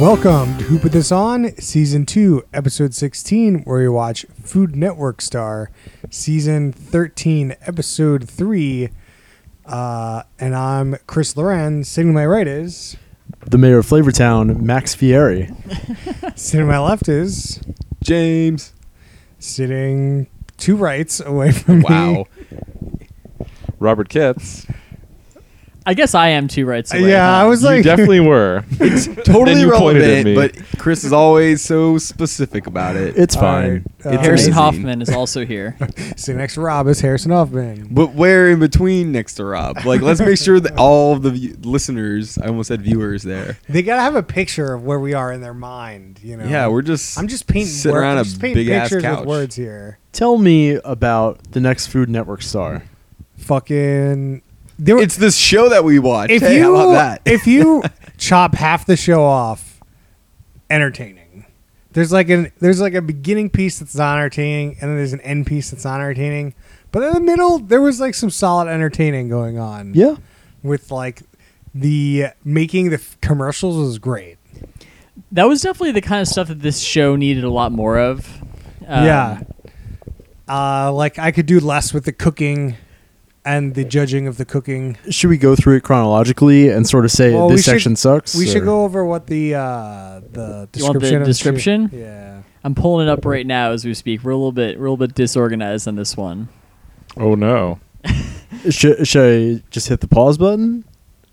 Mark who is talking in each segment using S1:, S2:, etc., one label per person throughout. S1: Welcome to Who Put This On, Season 2, Episode 16, where we watch Food Network Star, Season 13, Episode 3. Uh, and I'm Chris Loren. Sitting to my right is,
S2: the mayor of Flavortown, Max Fieri.
S1: sitting to my left is,
S2: James.
S1: sitting two rights away from me.
S3: Wow. Robert Kitts.
S4: I guess I am two rights
S1: Uh,
S4: away.
S1: Yeah, I
S4: huh?
S1: was
S3: you
S1: like,
S3: definitely were. Then
S5: totally
S3: you pointed
S5: relevant,
S3: at me.
S5: but Chris is always so specific about it.
S2: It's
S1: All
S2: fine.
S1: right, uh,
S5: amazing.
S4: Harrison Hoffman is also here.
S1: sitting next to Rob is Harrison Hoffman.
S5: but where in between next to Rob? Like, let's make sure that all of the view- listeners, I almost said viewers there.
S1: They gotta have a picture of where we are in their mind, you know.
S5: Yeah, we're just.
S1: I'm just painting.
S5: sitting
S1: wor-
S5: around
S1: I'm
S5: a
S1: just painting
S5: big ass
S1: pictures
S5: couch.
S1: with words here.
S2: Tell me about the next Food Network star.
S1: Fucking. There were,
S5: It's this show that we watch.
S1: if
S5: hey,
S1: you
S5: how about that?
S1: if you chop half the show off, entertaining. There's like an there's like a beginning piece that's not entertaining, and then there's an end piece that's not entertaining. But in the middle, there was like some solid entertaining going on.
S2: Yeah.
S1: with like the making the f- commercials was great.
S4: That was definitely the kind of stuff that this show needed a lot more of. Um,
S1: yeah. Uh, like I could do less with the cooking and the judging of the cooking.
S2: Should we go through it chronologically and sort of say
S1: Well, we
S2: this
S1: should-
S2: section sucks?
S1: We should
S2: or-
S1: go over what the uh, the description.
S4: You want the
S1: of
S4: description?
S1: show- Yeah.
S4: I'm pulling it up right now as we speak. We're a little bit, we're a little bit disorganized on this one.
S3: Oh no.
S2: Should, should I just hit the pause button?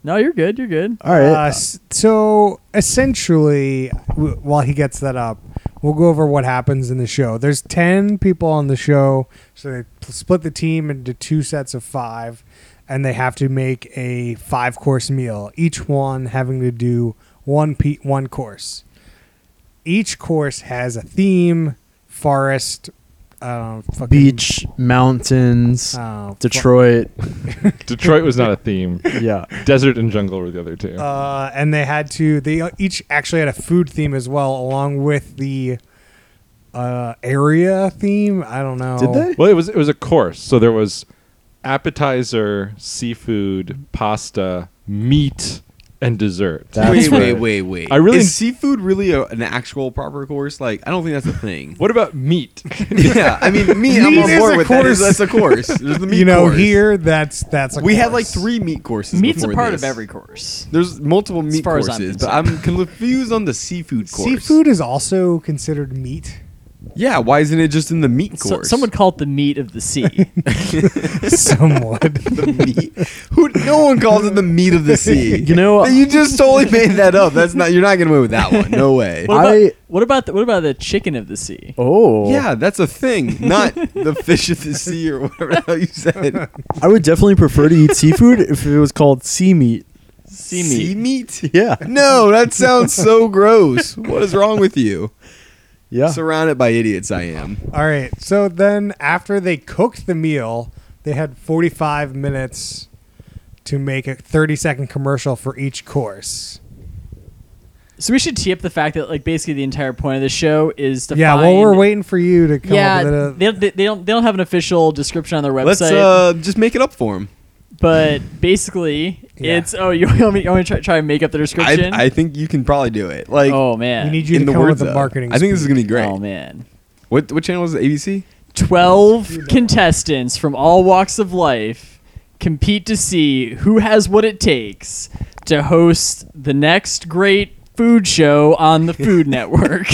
S4: No, you're good. You're good.
S2: All right.
S1: Uh, s- so essentially, w- while he gets that up, we'll go over what happens in the show. There's ten people on the show, so they p- split the team into two sets of five, and they have to make a five course meal. Each one having to do one pe- one course. Each course has a theme: forest, uh, fucking,
S2: Beach, mountains,
S1: uh, fu-
S2: Detroit.
S3: Detroit was not a theme.
S2: yeah.
S3: Desert and jungle were the other two.
S1: uh, and they had to they each actually had a food theme as well along with the uh, area theme i don't know
S2: Did they?
S3: well, it was it was a course. So there was appetizer, seafood, pasta, meat, and dessert.
S2: That's
S5: wait,
S2: right.
S5: wait, wait, wait.
S3: I really-
S5: is seafood really a, an actual proper course? Like, I don't think that's a thing.
S3: What about meat?
S5: yeah, I mean, me,
S1: Meat
S5: I'm
S1: is
S5: on
S1: a
S5: board with that.
S1: course.
S5: That's a course. There's the meat.
S1: you know
S5: course.
S1: here that's that's a
S5: we had like
S1: course.
S5: three meat courses.
S4: Meat's a
S5: before
S4: part
S5: this.
S4: of every course.
S5: There's multiple meat
S4: far as I'm
S5: courses, but I'm confused on the seafood course.
S1: seafood is also considered meat
S5: Yeah, why isn't it just in the meat
S4: So,
S5: course?
S4: some would call it the meat of the sea.
S1: somewhat
S5: the meat. Who? No one calls it the meat of the sea.
S2: You know-
S5: you
S4: uh,
S5: just totally made that up. That's not. You're not gonna win with that one. No way.
S2: I-
S4: What about, what about the what about the chicken of the sea?
S2: Oh.
S5: yeah, that's a thing. Not the fish of the sea or whatever the hell you said.
S2: I would definitely prefer to eat seafood if it was called sea meat.
S4: Sea
S5: Sea
S4: meat.
S5: meat.
S2: Yeah.
S5: No, that sounds so gross. What is wrong with you?
S2: Yeah.
S5: Surrounded by idiots, I am.
S1: all right so then after they cooked the meal they had 45 minutes to make a 30 second commercial for each course
S4: So we should tee up the fact that like basically the entire point of the show is to
S1: yeah well
S4: find-
S1: we're waiting for you to come
S4: Yeah,
S1: up with uh, a,
S4: they, they, they don't they don't have an official description on their website.
S5: Let's uh, just make it up for him.
S4: but basically
S1: Yeah.
S4: it's oh you want me, you want me to try, try and make up the
S5: I,
S4: description
S5: I think you can probably do it. Like
S4: oh man
S1: we need you
S5: in
S1: to
S5: the
S1: come up
S5: words
S1: with a
S5: of-
S1: marketing
S5: I think this is
S1: speech.
S5: gonna be great.
S4: oh man
S5: What what channel is it? ABC?
S4: 12 contestants from all walks of life compete to see who has what it takes to host the next great food show on the food network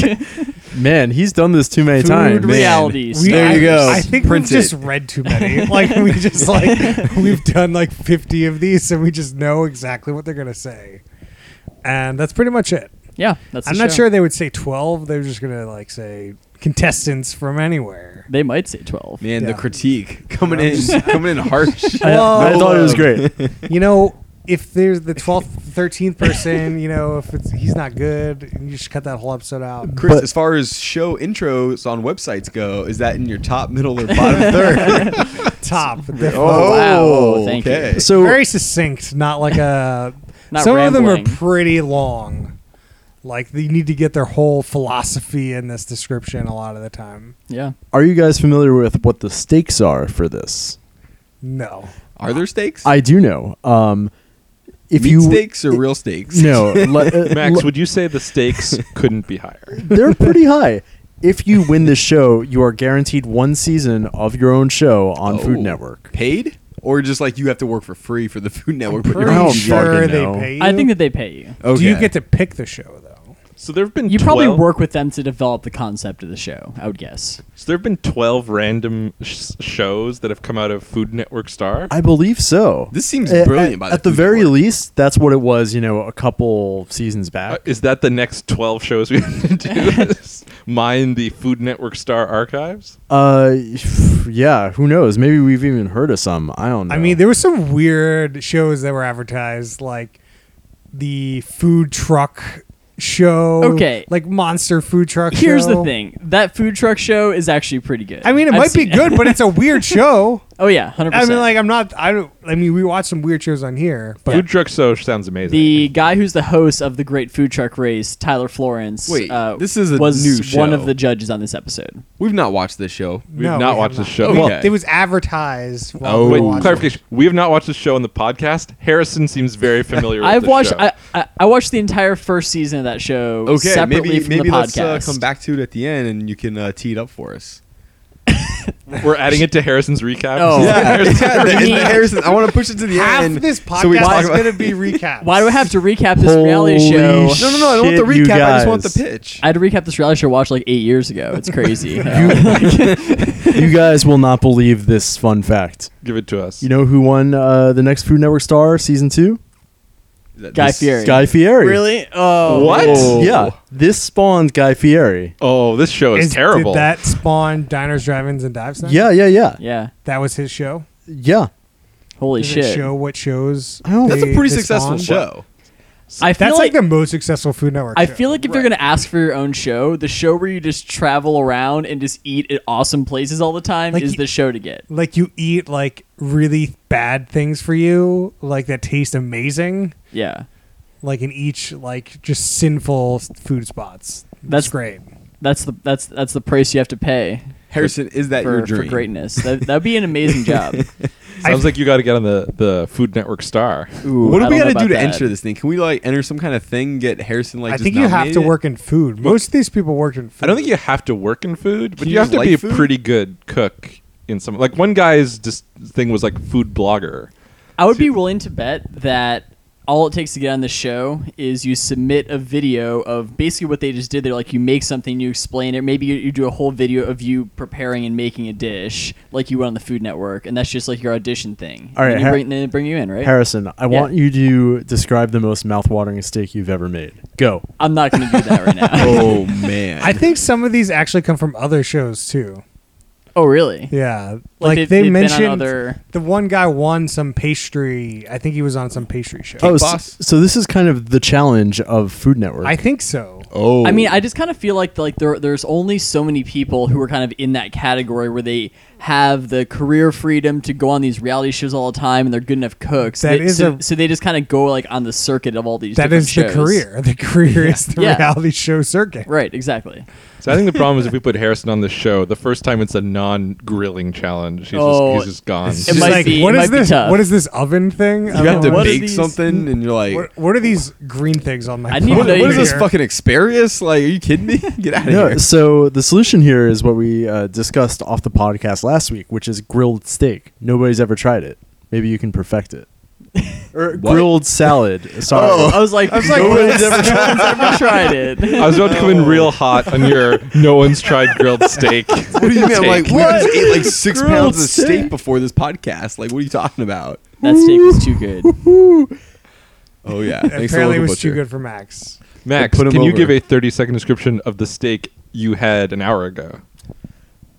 S2: Man, he's done this too many
S4: food
S2: times.
S5: man.
S4: reality
S1: We-
S5: There
S1: I,
S5: you go.
S1: I think
S5: Print
S1: we've just
S5: it.
S1: read too many. Like we just like we've done like fifty of these, and we just know exactly what they're gonna say, and that's pretty much it.
S4: yeah that's the
S1: I'm not
S4: show.
S1: sure they would say twelve. They're just gonna like say contestants from anywhere.
S4: they might say 12
S5: Man,
S1: Yeah.
S5: the critique coming in, coming in harsh.
S2: I, I
S1: Whoa.
S2: thought it was great.
S1: You know, if there's the twelfth, thirteenth person, you know, if it's he's not good, you just cut that whole episode out.
S5: Chris,
S2: But-
S5: as far as show intros on websites go, is that in your top, middle, or bottom third?
S1: Top. definitely.
S4: wow, Oh, thank you.
S5: okay.
S2: So
S1: very succinct, not like a.
S4: Not
S1: some of
S4: rambling.
S1: them are pretty long. Like they need to get their whole philosophy in this description a lot of the time.
S4: yeah
S2: Are you guys familiar with what the stakes are for this?
S1: No,
S5: Are there stakes?
S2: I do know. Um, if
S5: Meat
S2: you
S5: steaks or real steaks?
S2: no, le- uh,
S3: Max,
S2: le-
S3: would you say the stakes couldn't be higher?
S2: they're pretty high. If you win this show, you are guaranteed one season of your own show on Food
S5: Oh.
S2: Network.
S5: Paid? Or just like you have to work for free for the Food Network? but you're
S2: I
S1: Pretty
S2: don't
S5: on
S1: sure
S2: fucking
S1: they
S2: know.
S1: pay you.
S4: I think that they pay you.
S5: Okay.
S1: Do you get to pick the show though?
S3: So there have been
S4: You probably
S3: 12
S4: work with them to develop the concept of the show. I would guess.
S3: So there have been twelve random sh- shows that have come out of Food Network Star.
S2: I believe so.
S5: This seems
S1: Eh,
S2: A-
S5: brilliant
S2: At,
S5: by the
S2: at the
S5: Food
S2: very
S5: Network.
S2: least, that's what it was. You know, a couple seasons
S3: Uh,
S2: back.
S3: is that the next twelve shows we have to do? Mine the Food Network Star archives.
S2: Uh, yeah. Who knows? Maybe we've even heard of some. I don't know.
S1: I mean, there were some weird shows that were advertised, like the food truck show.
S4: Okay.
S1: like monster food truck.
S4: Here's
S1: show.
S4: the thing: that food truck show is actually pretty good.
S1: I mean, it
S4: I've
S1: might be
S4: seen
S1: good, but it's a weird show.
S4: Oh yeah, hundred
S1: I
S4: percent.
S1: mean, like I'm not. I don't. I mean, we watch some weird shows on here, but
S3: Food Truck Show sounds amazing.
S4: the guy who's the host of the Great Food Truck Race, Tyler Florence.
S5: Wait,
S4: uh,
S5: this is a
S4: was
S5: new
S4: one
S5: show.
S4: of the judges on this episode.
S5: We've not watched this show.
S3: We've
S1: No,
S3: not
S1: we have
S3: watched the
S1: not.
S3: show.
S5: Okay.
S1: Well,
S3: Well,
S1: it was advertised. While
S5: Oh.
S1: we were
S3: wait,
S1: watching.
S3: clarification. We have not watched the show on the podcast. Harrison seems very familiar. with
S4: I've
S3: the
S4: watched.
S3: show.
S4: I, I I watched the entire first season of that show.
S5: Okay,
S4: separately
S5: maybe
S4: from
S5: maybe
S4: the
S5: let's
S4: podcast.
S5: uh, come back to it at the end and you can uh, tee it up for us.
S3: We're adding it to Harrison's recap.
S4: Oh.
S5: Yeah,
S3: Harrison's
S5: yeah, the-
S3: recap.
S5: the Harrison, I want to push it to the
S1: Half
S5: end.
S1: this podcast
S5: so we talk
S1: is
S5: about-
S1: going to be recaps.
S4: Why do I have to recap this reality
S2: Holy
S4: show?
S2: sh-
S5: No, no, no! I don't want the
S2: Shit, you
S5: recap. I just want the
S2: guys.
S5: pitch.
S4: I had to recap this reality show I watched like eight years ago. It's crazy.
S2: you guys will not believe this fun fact.
S3: Give it to us.
S2: You know who won uh, the next Food Network Star season two?
S4: Guy Fieri.
S2: Guy Fieri.
S4: really? Oh,
S3: What?
S2: Yeah. This spawned Guy Fieri.
S3: Oh, this show is,
S1: Is-
S3: terrible.
S1: Did that spawn diners, drive-ins, and dives?
S2: Yeah, yeah, yeah,
S4: Yeah.
S1: that was his show.
S2: yeah.
S4: Holy
S1: Does
S4: shit.
S1: It show what shows.
S2: I don't-
S5: That's
S1: they-
S5: a pretty
S1: they
S5: successful
S1: spawned?
S5: show.
S4: I feel
S1: That's like,
S4: like,
S1: the most successful Food Network.
S4: I
S1: show.
S4: feel like if you're gonna ask for your own show, the show where you just travel around and just eat at awesome places all the time
S1: Like
S4: is
S1: you-
S4: the show to get.
S1: like you eat like really bad things for you, like that taste amazing,
S4: Yeah.
S1: like in each like just sinful s- food spots.
S4: That's-
S1: That's great.
S4: That's the that's that's the price you have to pay
S5: Harrison, is that your
S4: for, for
S5: dream?
S4: greatness. That that'd be an amazing job.
S3: Sounds like you got to get on the, the Food Network Star.
S5: what
S4: I
S5: do we got
S4: don't know
S5: to do
S4: about
S5: to
S4: that.
S5: enter this thing? Can we like enter some kind of thing? Get Harrison like.
S1: I
S5: just
S1: think you have to
S5: nominated?
S1: work in food. Most of these people work in food.
S3: I don't think you have to work in food, but
S5: Can
S3: you,
S5: you
S3: have
S5: just
S3: to
S5: like
S3: be a
S5: food?
S3: pretty good cook in some. Like one guy's just thing was like food blogger.
S4: I would be willing to bet that all it takes to get on the show is you submit a video of basically what they just did. They're like, you make something, you explain it. Maybe you, you do a whole video of you preparing and making a dish, like you would on the Food Network, and that's just like your audition thing.
S2: All right,
S4: and you
S2: Har-
S4: bring, they bring you in, right?
S2: Harrison, I
S4: Yeah.
S2: want you to describe the most mouthwatering steak you've ever made. Go.
S4: I'm not going to do that right now.
S5: Oh man!
S1: I think some of these actually come from other shows too.
S4: oh, really?
S1: Yeah, like,
S4: Like they've-
S1: they
S4: they've been on
S1: mentioned
S4: other-
S1: the one guy won some pastry. I think he was on some pastry show.
S2: oh, s-
S5: boss.
S2: so this is kind of the challenge of Food Network.
S1: I think so.
S5: oh,
S4: I mean, I just kind of feel like like there there's only so many people who are kind of in that category where they have the career freedom to go on these reality shows all the time, and they're good enough cooks.
S1: That
S4: They-
S1: is
S4: so,
S1: a-
S4: so they just kind of go like on the circuit of all these.
S1: That
S4: different
S1: is the
S4: shows.
S1: career. The career is the
S4: Yeah.
S1: reality show circuit.
S4: Right. Exactly.
S3: So I think the problem is if we put Harrison on the show, the first time it's a non-grilling challenge. He's,
S4: Oh,
S3: just, he's just gone.
S1: It's
S4: It
S1: just
S4: might be-
S1: what
S4: it
S1: is
S4: might be
S1: this?
S4: tough.
S1: What is this oven thing?
S5: you have to
S4: What are
S5: bake
S4: these-
S5: something, and you're like,
S1: What, what are these green things on my?
S4: I need
S5: what,
S1: plate
S4: to know
S5: what is
S4: you
S5: this
S1: here?
S5: fucking Asparagus? Like, are you kidding me? Get out of
S2: no,
S5: here!
S2: so the solution here is what we uh, discussed off the podcast last week, which is grilled steak. Nobody's ever tried it. Maybe you can perfect it. or
S5: What?
S2: grilled salad. Sorry.
S4: Oh.
S2: Oh,
S4: I was like, no one's ever, no one's ever tried it.
S3: I was about to come in real hot on your no one's tried grilled steak. what
S5: What do you mean? I'm like, what? Just ate like six
S2: Grilled
S5: pounds of steak.
S2: steak.
S5: before this podcast. Like, what are you talking about?
S4: That steak was too good.
S5: Oh yeah, thanks to
S1: Apparently, it
S5: Local
S1: was too
S5: Butcher.
S1: good for Max.
S3: Max,
S5: Put
S3: can
S5: him
S3: you
S5: over.
S3: give a 30 second description of the steak you had an hour ago?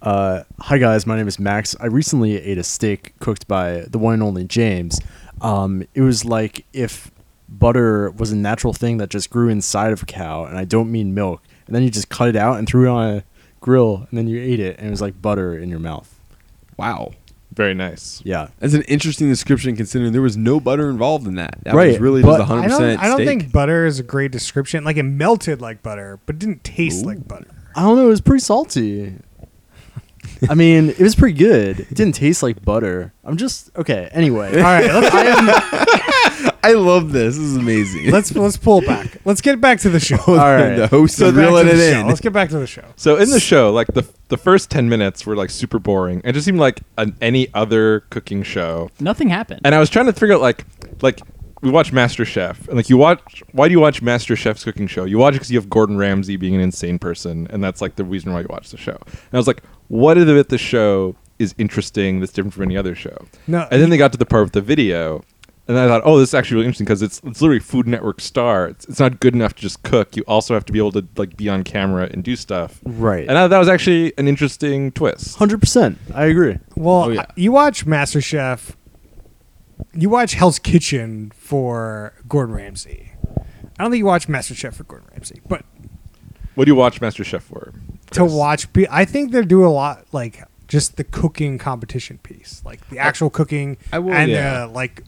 S2: Uh, hi guys, my name is Max. I recently ate a steak cooked by the one and only James. Um, it was like if butter was a natural thing that just grew inside of a cow, and I don't mean milk. And then you just cut it out and threw it on a grill, and then you ate it, and it was like butter in your mouth.
S5: Wow,
S3: Very nice.
S2: Yeah,
S5: that's an interesting description. Considering there was no butter involved in that. That was
S2: Right,
S5: really
S2: but-
S5: just 100
S1: I don't.
S5: percent
S1: I don't think butter is a great description. Like it melted like butter, but didn't taste
S5: Ooh.
S1: like butter.
S2: I don't know. It was pretty salty. I mean, it was pretty good. It didn't taste like butter. I'm just okay. Anyway,
S1: All right, let's,
S2: I am,
S5: I love this. This is amazing.
S1: Let's let's pull it back. Let's get back to the show.
S5: All
S2: right.
S5: right. The host
S1: So
S5: is
S1: back to
S5: reeling
S1: the
S5: it
S1: show.
S5: in.
S1: Let's get back to the show.
S3: So in the show, like the the first ten minutes were like super boring. It just seemed like an, any other cooking show.
S4: Nothing happened.
S3: And I was trying to figure out like like we watch MasterChef and like you watch why do you watch MasterChef's cooking show? You watch it because you have Gordon Ramsay being an insane person, and that's like the reason why you watch the show. And I was like, what is it that the show is interesting that's different from any other show?
S1: No.
S3: And then they got to the part with the video. And I thought, oh, this is actually really interesting because it's, it's literally Food Network star. It's, it's not good enough to just cook. You also have to be able to like be on camera and do stuff.
S2: Right.
S3: And I, that was actually an interesting twist.
S2: Hundred percent. I agree.
S1: Well,
S5: Oh, yeah.
S1: you watch MasterChef, you watch Hell's Kitchen for Gordon Ramsay. I don't think you watch MasterChef for Gordon Ramsay, but
S3: What do you watch MasterChef for?
S1: to
S3: Chris?
S1: watch, pe- I think they do a lot like just the cooking competition piece, like the actual cooking
S5: I will-
S1: and
S5: yeah.
S1: uh, like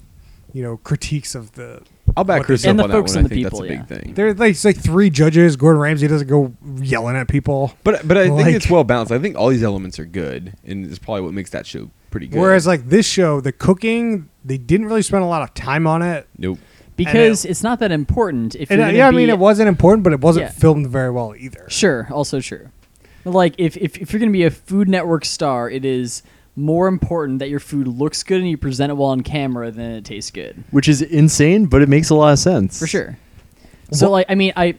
S1: you know critiques of the.
S5: I'll back
S1: what they
S5: Chris
S1: do.
S5: up
S4: And the
S5: on
S4: folks
S5: that one.
S4: and the
S5: I think
S4: people,
S5: that's a big thing.
S1: There, like, it's like three judges. Gordon Ramsay doesn't go yelling at people.
S5: But but I think it's
S1: Like-
S5: well balanced. I think all these elements are good, and it's probably what makes that show pretty good.
S1: Whereas like this show, the cooking, they didn't really spend a lot of time on it.
S5: nope.
S4: because it's not that important if
S1: And,
S4: you're
S1: uh,
S4: gonna
S1: yeah, I
S4: be-
S1: mean, it wasn't important, but it wasn't
S4: Yeah.
S1: filmed very well either.
S4: Sure, also true. Like if, if if you're gonna be a Food Network star, it is more important that your food looks good and you present it well on camera than it tastes good.
S2: Which is insane, but it makes a lot of sense.
S4: For sure. So like I mean I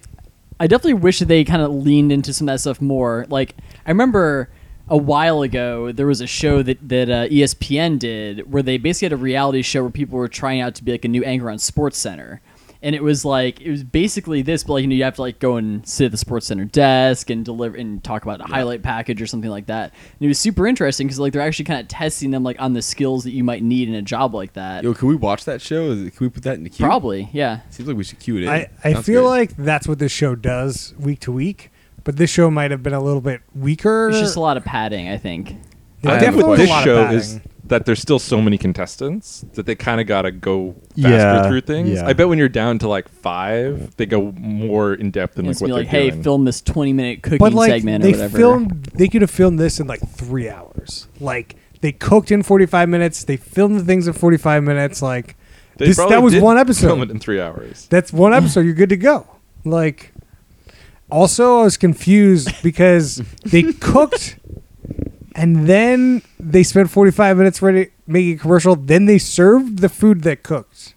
S4: I definitely wish that they kind of leaned into some of that stuff more. Like I remember a while ago there was a show that that uh, ESPN did where they basically had a reality show where people were trying out to be like a new anchor on Sports Center. And it was like it was basically this, but like you know, you have to like go and sit at the sports center desk and deliver and talk about a highlight package or something like that. And it was super interesting because like they're actually kind of testing them like on the skills that you might need in a job like that.
S5: Yo, can we watch that show? Is it- Can we put that in the queue?
S4: Probably, yeah.
S5: Seems like we should cue it in.
S1: I, I
S5: Sounds
S1: feel
S5: good.
S1: like that's what this show does week to week, but this show might have been a little bit weaker.
S4: It's just a lot of padding, I think.
S1: There
S3: I think
S1: definitely
S3: what
S1: was a
S3: this
S1: lot of
S3: show
S1: batting.
S3: is that there's still so many contestants that they kind of got to go faster
S2: Yeah,
S3: through things.
S2: yeah.
S3: I bet when you're down to like five, they go more in depth than like
S4: it's
S3: what
S4: be
S3: they're
S4: like, hey,
S3: doing.
S4: film this twenty-minute cooking
S1: but like
S4: segment
S1: they
S4: or whatever.
S1: filmed, they could have filmed this in like three hours. Like they cooked in forty five minutes. They filmed the things in forty five minutes. Like
S3: They
S1: this,
S3: probably
S1: that was
S3: did
S1: one
S3: Film it
S1: episode.
S3: in three hours.
S1: That's one episode. You're good to go. Like also, I was confused because they cooked. And then they spent 45 minutes ready making a commercial. Then they served the food that cooked.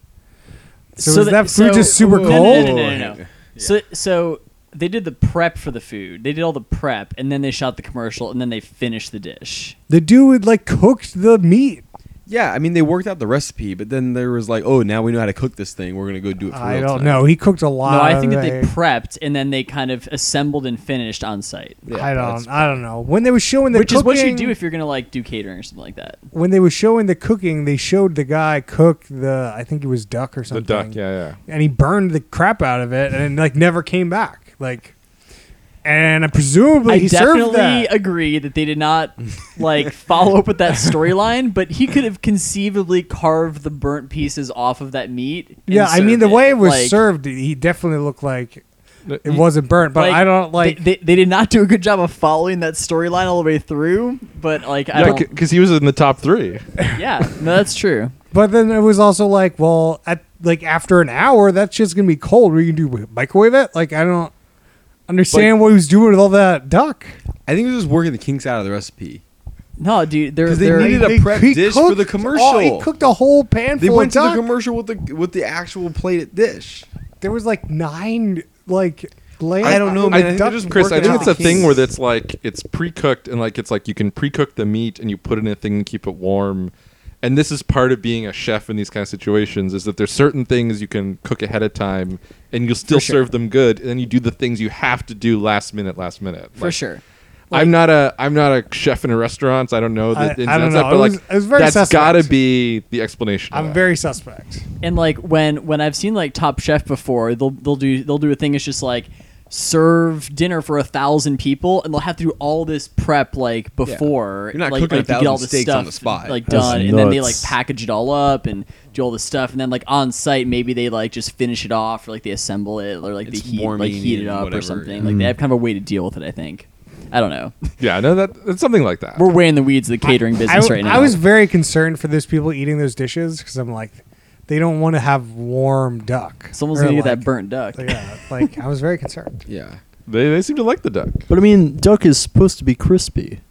S1: So,
S4: So
S1: is
S4: the-
S1: that food
S4: so-
S1: just super
S4: No,
S1: cold?
S4: no, no, no, no, no, no. So, so they did the prep for the food. They did all the prep, and then they shot the commercial, and then they finished the dish.
S1: The dude like cooked the meat.
S5: yeah, I mean they worked out the recipe, but then there was like, oh, now we know how to cook this thing. We're gonna go do it. For
S1: I
S5: real
S1: don't
S5: time.
S1: know. He cooked a lot.
S4: no, I
S1: of
S4: think that they
S1: it.
S4: prepped, and then they kind of assembled and finished on site,
S5: Yeah,
S1: I
S5: that's-
S1: don't. I don't know. When they were showing the
S4: which is
S1: cooking,
S4: what you do if you're gonna like do catering or something like that.
S1: when they were showing the cooking, they showed the guy cook the. I think it was duck or
S3: The
S1: something.
S3: duck, yeah,
S1: And he burned the crap out of it, and like never came back. Like, and presumably
S4: I
S1: he served
S4: definitely
S1: that.
S4: agree that they did not like follow up with that storyline, but he could have conceivably carved the burnt pieces off of that meat. and
S1: Yeah, I mean
S4: served
S1: the way it was
S4: Like,
S1: served, he definitely looked like
S3: yeah.
S1: it wasn't burnt. But I don't like.
S4: they, they, they did not do a good job of following that storyline all the way through but like i
S3: Yeah,
S4: don't
S3: because he was in the top three.
S4: yeah no that's true
S1: But then it was also like, well, at like after an hour, that shit's gonna be cold. We can do microwave it. Like I don't understand what he was doing with all that duck.
S5: I think it was just working the kinks out of the recipe.
S4: no dude they're,
S5: 'Cause they
S4: they're
S5: needed a
S1: They-
S5: prep
S1: he
S5: dish for the
S1: cooked all- he
S5: commercial.
S1: cooked a whole pan
S5: They
S1: full
S5: went
S1: of
S5: to the
S1: duck.
S5: commercial with the with the actual plated dish.
S1: there was like nine like layers.
S5: I don't know,
S1: of
S5: man. I think
S1: duck
S5: they're just
S3: Chris, I
S1: working
S3: think
S1: out
S3: it's a
S1: the
S3: thing
S1: kinks.
S3: where that's like it's pre-cooked and like it's like you can pre-cook the meat and you put it in a thing and keep it warm. And this is part of being a chef in these kind of situations is that there's certain things you can cook ahead of time and you'll still
S4: sure.
S3: serve them good and then you do the things you have to do last minute last minute.
S4: for
S3: Like,
S4: sure
S3: I'm not a I'm not a chef in a restaurant. So I don't know
S1: I-
S3: the ins
S1: I don't
S3: and outs
S1: know.
S3: of it, but
S1: It
S3: like
S1: was- it was very
S3: that's
S1: suspect.
S3: gotta be the explanation. of
S1: I'm
S3: that.
S1: very suspect.
S4: and like when when i've seen like top chef before they'll they'll do they'll do a thing it's just like serve dinner for a thousand people and they'll have to do all this prep like before
S5: You're not
S4: like,
S5: cooking
S4: like,
S5: a
S4: to get all
S5: thousand
S4: this
S5: steaks
S4: stuff
S5: on the spot.
S4: like
S2: That's
S4: done and then they like
S2: nuts.
S4: package it all up and do all this stuff and then like on site maybe they like just finish it off or like they assemble it or like
S5: It's
S4: they heat like
S5: warming
S4: heat it
S5: and
S4: up or
S5: whatever,
S4: something
S5: yeah.
S4: like they have kind of a way to deal with it i think i don't know
S3: Yeah, no that it's something like that.
S4: we're way in the weeds of the catering
S1: I,
S4: business right now
S1: I was very concerned for those people eating those dishes because I'm like, they don't want to have warm duck.
S4: Someone's
S1: Or
S4: gonna get
S1: like-
S4: that burnt duck.
S1: Yeah, like I was very concerned.
S5: Yeah.
S3: They, they seem to like the duck.
S2: But I mean, duck is supposed to be crispy.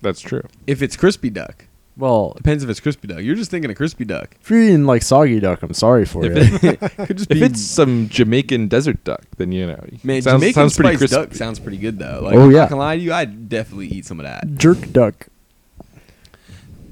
S3: That's true.
S5: If it's crispy duck,
S2: Well,
S5: depends if it's crispy duck. You're just thinking of crispy duck.
S2: if you're eating like soggy duck, I'm sorry for you.
S5: If it could just
S3: If
S5: be
S3: it's some Jamaican desert duck, then you know.
S5: man,
S3: sounds,
S5: Jamaican
S3: sounds pretty
S5: spiced
S3: crispy.
S5: duck sounds pretty good though. Like,
S2: Oh,
S5: I'm
S2: yeah.
S5: not gonna lie to you, I'd definitely eat some of that.
S2: Jerk duck.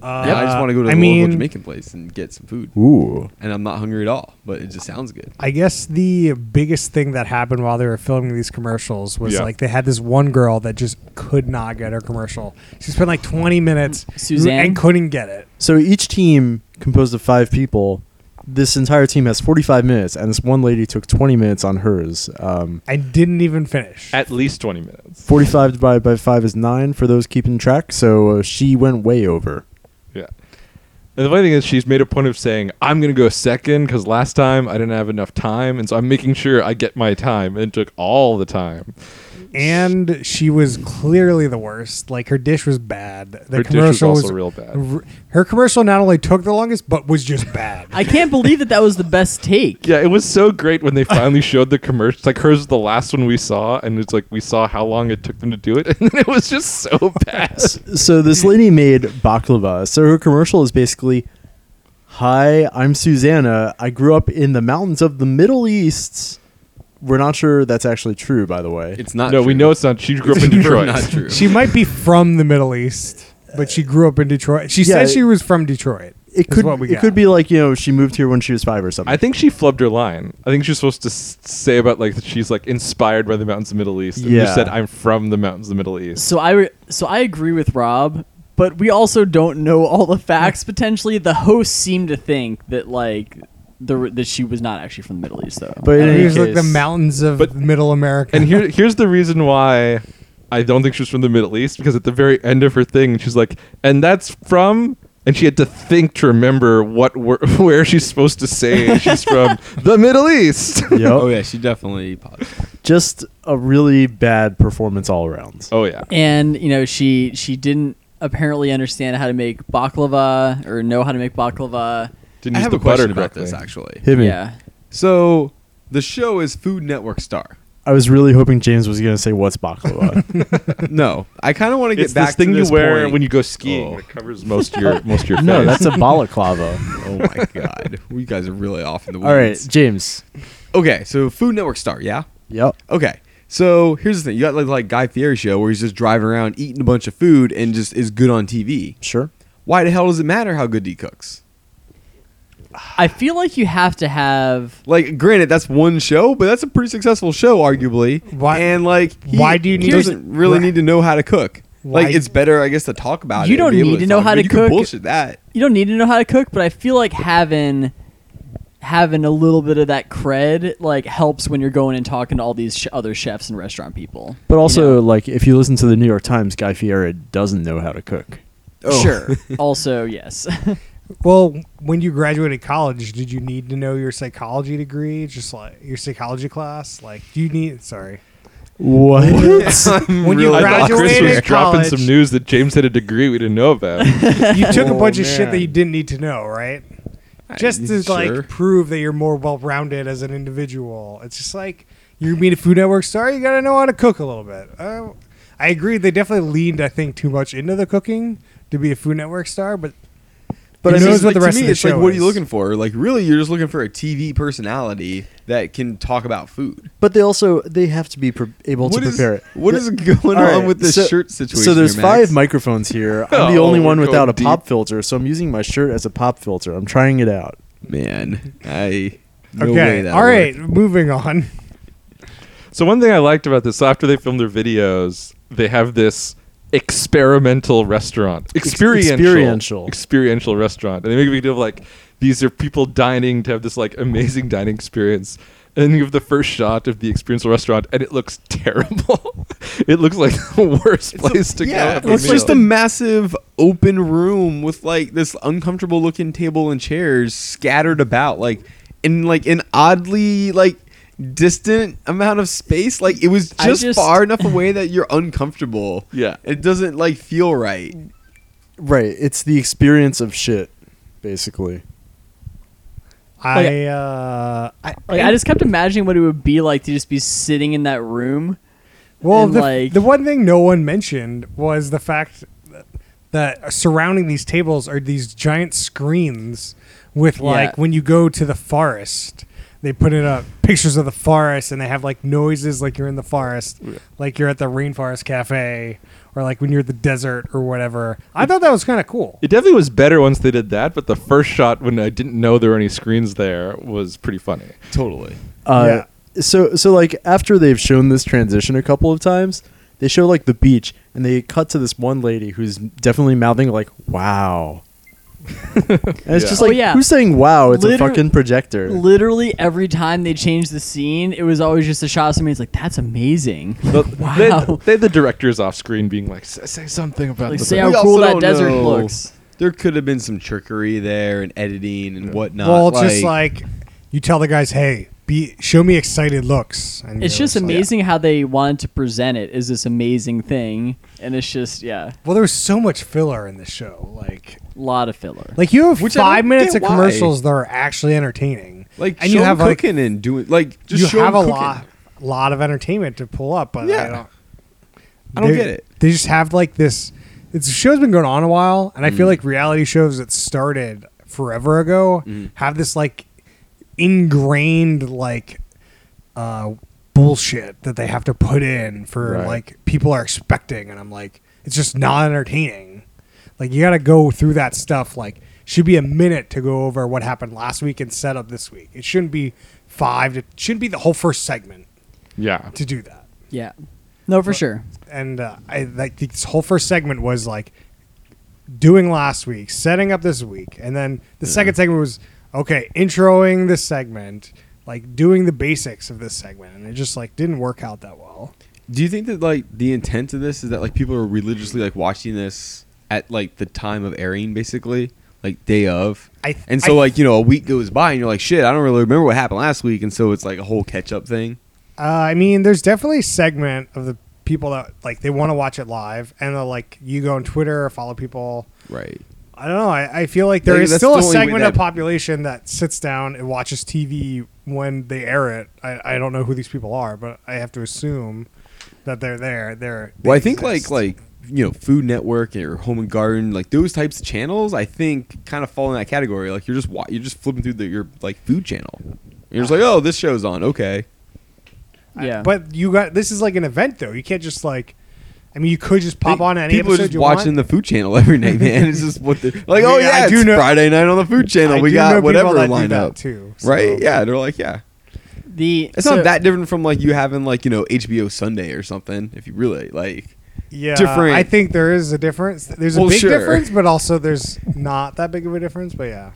S1: Uh,
S5: I just want to go to
S1: I
S5: the local
S1: mean,
S5: Jamaican place and get some food,
S2: Ooh.
S5: and I'm not hungry at all. But it just sounds good.
S1: I guess the biggest thing that happened while they were filming these commercials was
S3: Yeah.
S1: like they had this one girl that just could not get her commercial. She spent like 20 minutes
S4: Suzanne?
S1: and couldn't get it.
S2: So each team composed of five people. This entire team has 45 minutes, and this one lady took 20 minutes on hers. Um,
S1: I didn't even finish.
S3: At least 20 minutes.
S2: 45 divided by 5 is 9 for those keeping track, so uh, she went way over.
S3: Yeah. And the funny thing is, she's made a point of saying, I'm going to go second because last time I didn't have enough time. And so I'm making sure I get my time. And it took all the time.
S1: and she was clearly the worst. Like her dish was bad. The
S3: Her dish was
S1: commercial
S3: also real bad.
S1: r- her commercial not only took the longest, but was just bad.
S4: I can't believe that that was the best take.
S3: Yeah, it was so great when they finally showed the commercial. Like hers was the last one we saw, and it's like we saw how long it took them to do it, and then it was just so bad.
S2: So this lady made baklava. So her commercial is basically Hi, I'm Susanna. I grew up in the mountains of the Middle East. We're not sure that's actually true, by the way.
S5: It's not.
S3: no, we
S5: true.
S3: know it's not. She grew up in
S5: It's
S3: Detroit.
S5: Not true.
S1: she might be from the Middle East, but she grew up in Detroit. She
S2: Yeah,
S1: said she was from Detroit.
S2: It
S1: is
S2: could
S1: what we
S2: it
S1: got.
S2: could be like, you know, she moved here when she was 5 or something.
S3: I think she flubbed her line. I think she was supposed to s- say about like that she's like inspired by the mountains of the Middle East. And
S2: Yeah.
S3: You said I'm from the mountains of the Middle East.
S4: So I re- so I agree with Rob, but we also don't know all the facts. Potentially, the host seemed to think that like the that she was not actually from the Middle East though.
S2: But in
S1: It
S2: any
S1: was like the
S2: case-
S1: mountains of
S3: But-
S1: Middle America.
S3: And here, here's the reason why I don't think she's from the Middle East because at the very end of her thing, she's like, "And that's from." And she had to think to remember what wor- where she's supposed to say she's from the Middle East.
S2: Yep.
S5: Oh yeah, she definitely. Positive.
S2: Just a really bad performance all around.
S3: oh yeah.
S4: and you know she she didn't apparently understand how to make baklava or know how to make baklava.
S3: Didn't
S5: I
S3: use
S5: have
S3: the
S5: a question
S3: butter
S5: about
S3: correctly.
S5: this actually.
S2: Hit me.
S4: Yeah.
S5: So the show is Food Network Star.
S2: I was really hoping James was going to say, What's baklava?
S5: no, I kind of want to get
S3: It's
S5: back
S3: this thing
S5: to this
S3: you wear
S5: point.
S3: when you go skiing.
S5: Oh.
S3: It covers most of your most of your face.
S2: no, that's a balaclava.
S5: Oh my god, you guys are really off in the weeds.
S2: all right, James.
S5: Okay, so Food Network Star, yeah.
S2: Yep.
S5: Okay. So here's the thing. You got like, like Guy Fieri show where he's just driving around eating a bunch of food and just is good on TV.
S2: Sure.
S5: Why the hell does it matter how good he cooks?
S4: I feel like you have to have
S5: Like, granted, that's one show, but that's a pretty successful show, arguably.
S1: Why-
S5: And like,
S1: why do you need-
S5: doesn't really
S1: Right.
S5: need to know how to cook?
S1: Why-
S5: Like, it's better, I guess, to talk about
S4: You
S5: it. and
S4: don't
S5: be able
S4: need to know
S5: talk
S4: how
S5: about it.
S4: to
S5: You can
S4: cook.
S5: Bullshit that.
S4: you don't need to know how to cook, but I feel like having having a little bit of that cred like helps when you're going and talking to all these sh- other chefs and restaurant people.
S2: But also,
S4: know?
S2: like, if you listen to the New York Times, Guy Fieri doesn't know how to cook.
S5: Oh.
S4: Sure. also, yes.
S1: well, when you graduated college, did you need to know your psychology degree? Just like your psychology class? Like, do you need? Sorry.
S2: What?
S1: When you
S5: really-
S3: I thought Chris was
S1: graduated
S3: dropping
S1: college,
S3: some news that James had a degree we didn't know about.
S1: you took a
S5: Oh,
S1: bunch of shit
S5: man.
S1: that you didn't need to know, right? Just to
S5: sure.
S1: like prove that you're more well-rounded as an individual. It's just like you meet a Food Network star, you got to know how to cook a little bit. Uh, I agree. They definitely leaned, I think, too much into the cooking to be a Food Network star, but
S5: But
S1: Who
S5: I mean,
S1: knows
S5: it's
S1: what
S5: like,
S1: the rest
S5: to
S1: of
S5: me,
S1: the
S5: it's like,
S1: show
S5: what are you
S1: is.
S5: looking for? Like, really, you're just looking for a TV personality that can talk about food.
S2: but they also they have to be pre- able
S5: What
S2: to
S5: is-
S2: prepare it.
S5: what
S2: The-
S5: is going
S2: All
S5: on with this shirt
S2: So
S5: situation
S2: there's
S5: here, Max?
S2: five microphones here. I'm the
S3: Oh,
S2: only one
S3: we're
S2: without
S3: going
S2: a pop
S3: deep.
S2: filter, so I'm using my shirt as a pop filter. I'm trying it out.
S5: Man, I no way
S1: okay.
S5: that
S1: All right,
S5: worked.
S1: moving on.
S3: So one thing I liked about this, so after they film their videos, they have this experimental restaurant, experiential,
S2: experiential.
S3: experiential restaurant, and they make a video of like these are people dining to have this like amazing dining experience. And then you have the first shot of the experiential restaurant, and it looks terrible. it looks like the worst place to go.
S5: Yeah,
S3: have a
S5: it's just a
S3: meal.
S5: massive open room with like this uncomfortable looking table and chairs scattered about, like in like an oddly like distant amount of space. Like it was
S4: I
S5: just,
S4: just-
S5: far enough away that you're uncomfortable.
S3: Yeah.
S5: it doesn't like feel right.
S2: Right. It's the experience of shit, basically.
S1: I, uh, I,
S4: Like I just kept imagining what it would be like to just be sitting in that room.
S1: well,
S4: and,
S1: the,
S4: like-
S1: the one thing no one mentioned was the fact that surrounding these tables are these giant screens with like
S4: Yeah.
S1: when you go to the forest, they put in up pictures of the forest and they have like noises like you're in the forest, like you're at the rainforest cafe or like when you're at the desert or whatever. I thought that was kind of cool.
S3: It definitely was better once they did that, but the first shot when I didn't know there were any screens there was pretty funny.
S5: Totally.
S2: Uh, So so like after they've shown this transition a couple of times, they show like the beach and they cut to this one lady who's definitely mouthing like "wow." and it's
S3: Yeah.
S2: just
S4: Oh,
S2: like
S4: yeah.
S2: who's saying "wow"? It's
S4: Liter-
S2: a fucking projector.
S4: Literally every time they changed the scene, it was always just a shot of somebody. It's like that's amazing.
S3: The- they,
S4: Wow.
S3: they had the directors off screen being like, "Say say something about
S4: Like
S3: the
S4: say
S3: best."
S4: how
S5: We
S4: cool
S5: also
S4: that
S5: don't
S4: desert
S5: know.
S4: looks.
S5: There could have been some trickery there and editing and whatnot.
S1: well, it's just like you tell the guys, "Hey, be show me excited looks." And
S4: It's
S1: you're
S4: just
S1: like-
S4: amazing how they wanted to present it as this amazing thing, and it's just yeah,
S1: Well, there was so much filler in this show. Like,
S4: a lot of filler.
S1: like you have
S5: Which I
S1: five
S5: don't
S1: minutes of
S5: get why.
S1: commercials that are actually entertaining.
S5: like
S1: and you have like
S5: cooking and doing like just
S1: you
S5: show 'em
S1: have a
S5: cooking.
S1: lot, lot of entertainment to pull up. But I
S5: Yeah.
S1: don't,
S5: I don't
S1: they-
S5: get it.
S1: They just have like this. It's, the show's been going on a while, and I
S5: Mm.
S1: feel like reality shows that started forever ago
S5: Mm-hmm.
S1: have this like ingrained like uh, bullshit that they have to put in for
S2: Right.
S1: like people are expecting, and I'm like, it's just not entertaining. Like you got to go through that stuff. Like should be a minute to go over what happened last week and set up this week. It shouldn't be five. To, shouldn't be the whole first segment
S3: yeah,
S1: to do that
S4: yeah, no, for sure.
S1: and uh, I like this whole first segment was like doing last week, setting up this week, and then the second segment was okay, introing this segment, like doing the basics of this segment, and it just like didn't work out that well.
S5: Do you think that like the intent of this is that like people are religiously like watching this at like the time of airing, basically, like day of?
S1: I th-
S5: and
S1: I
S5: so
S1: th-
S5: like you know a week goes by and you're like shit, I don't really remember what happened last week, and so it's like a whole catch up thing.
S1: Uh, I mean, there's definitely a segment of the people that like they want to watch it live, and they're like you go on Twitter, follow people.
S5: Right.
S1: I don't know. I, I feel like there
S5: Like,
S1: is
S5: that's
S1: still
S5: the
S1: a
S5: only way
S1: segment of
S5: that-
S1: population that sits down and watches TV when they air it. I, I don't know who these people are, but I have to assume that they're there. They're they
S5: Well, I think
S1: exist.
S5: like like you know Food Network or Home and Garden, like those types of channels, I think kind of fall in that category. Like you're just wa- you're just flipping through the, your like food channel. You're just like, oh, this show's on. Okay.
S4: Yeah,
S1: but you got this is like an event though. You can't just like, I mean, you could just pop on any
S5: People are
S1: episode
S5: just
S1: you want.
S5: watching the food channel every night, man. It's just what they're like.
S1: I
S5: oh
S1: mean,
S5: yeah,
S1: I
S5: it's
S1: do know-
S5: Friday night on the food channel.
S1: I
S5: we
S1: do know
S5: got
S1: people
S5: whatever
S1: that do
S5: lined
S1: that,
S5: up,
S1: too, so-
S5: right? Yeah, they're like, yeah.
S4: the
S5: It's
S4: so-
S5: not that different from like you having like you know HBO Sunday or something. If you really like,
S1: yeah,
S5: different-
S1: I think there is a difference. There's a
S5: Well,
S1: big
S5: sure.
S1: difference, but also there's not that big of a difference. But yeah,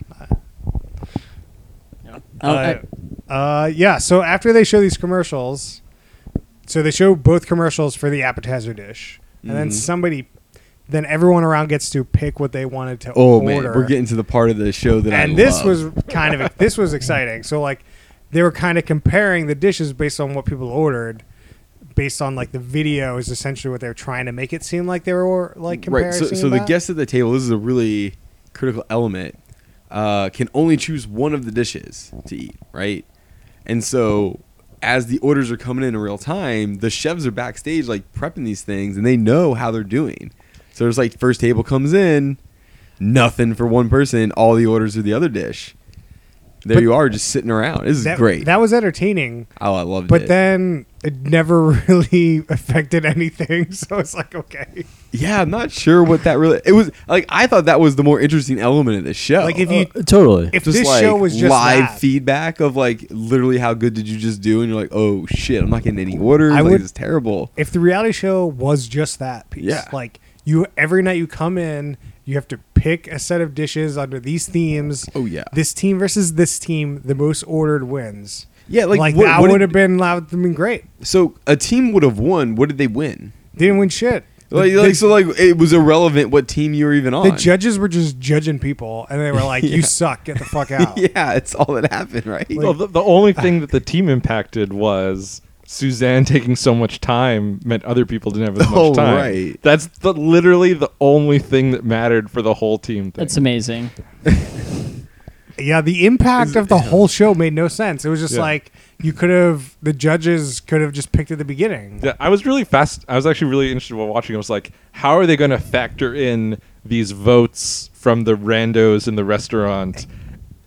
S4: Oh, I-
S1: uh, uh, yeah. So after they show these commercials, so they show both commercials for the appetizer dish, and then
S5: Mhm.
S1: somebody, then everyone around gets to pick what they wanted to
S5: oh
S1: order.
S5: man, we're getting to the part of the show that I
S1: and this
S5: love.
S1: was kind of this was exciting. So like, they were kind of comparing the dishes based on what people ordered. Based on like the video is essentially what they were trying to make it seem like they were like comparing.
S5: right. So, so the guest at the table. This is a really critical element. Uh, can only choose one of the dishes to eat, right? And so, as the orders are coming in in real time, the chefs are backstage like prepping these things, and they know how they're doing. So it's like first table comes in, nothing for one person, all the orders are the other dish. There
S1: But-
S5: you are, just sitting around. This is
S1: that,
S5: great.
S1: That was entertaining.
S5: oh, I loved
S1: But
S5: it.
S1: then it never really affected anything, so it's like okay.
S5: yeah, I'm not sure what that really. It was like I thought that was the more interesting element of this show.
S1: Like, if
S2: Uh,
S1: you-
S2: totally.
S1: If
S5: just
S1: this
S5: like
S1: show was just
S5: live
S1: that,
S5: feedback of like literally how good did you just do, and you're like, oh shit, I'm not getting any orders.
S1: I
S5: like,
S1: would-
S5: this is terrible.
S1: if the reality show was just that piece,
S5: Yeah.
S1: like you every night you come in, you have to pick a set of dishes under these themes.
S5: Oh, yeah.
S1: this team versus this team, the most ordered wins.
S5: Yeah, like,
S1: like
S5: what-
S1: that
S5: what did-
S1: would have been that would have been great.
S5: So a team would have won. What did they win?
S1: They didn't win shit. The-
S5: Like,
S1: the,
S5: like so, like it was irrelevant what team you were even on.
S1: the judges were just judging people, and they were like, "You suck, get the fuck out."
S5: yeah, it's all that happened, right?
S3: Well, the, the only thing that the team impacted was Suzanne taking so much time meant other people didn't have as much
S5: Oh,
S3: time.
S5: right.
S3: That's the, literally the only thing that mattered for the whole team. Thing.
S4: that's amazing.
S1: Yeah, the impact of the whole show made no sense. It was just
S3: Yeah.
S1: like you could have the judges could have just picked at the beginning.
S3: Yeah, I was really fast. I was actually really interested while watching. I was like, how are they going to factor in these votes from the randos in the restaurant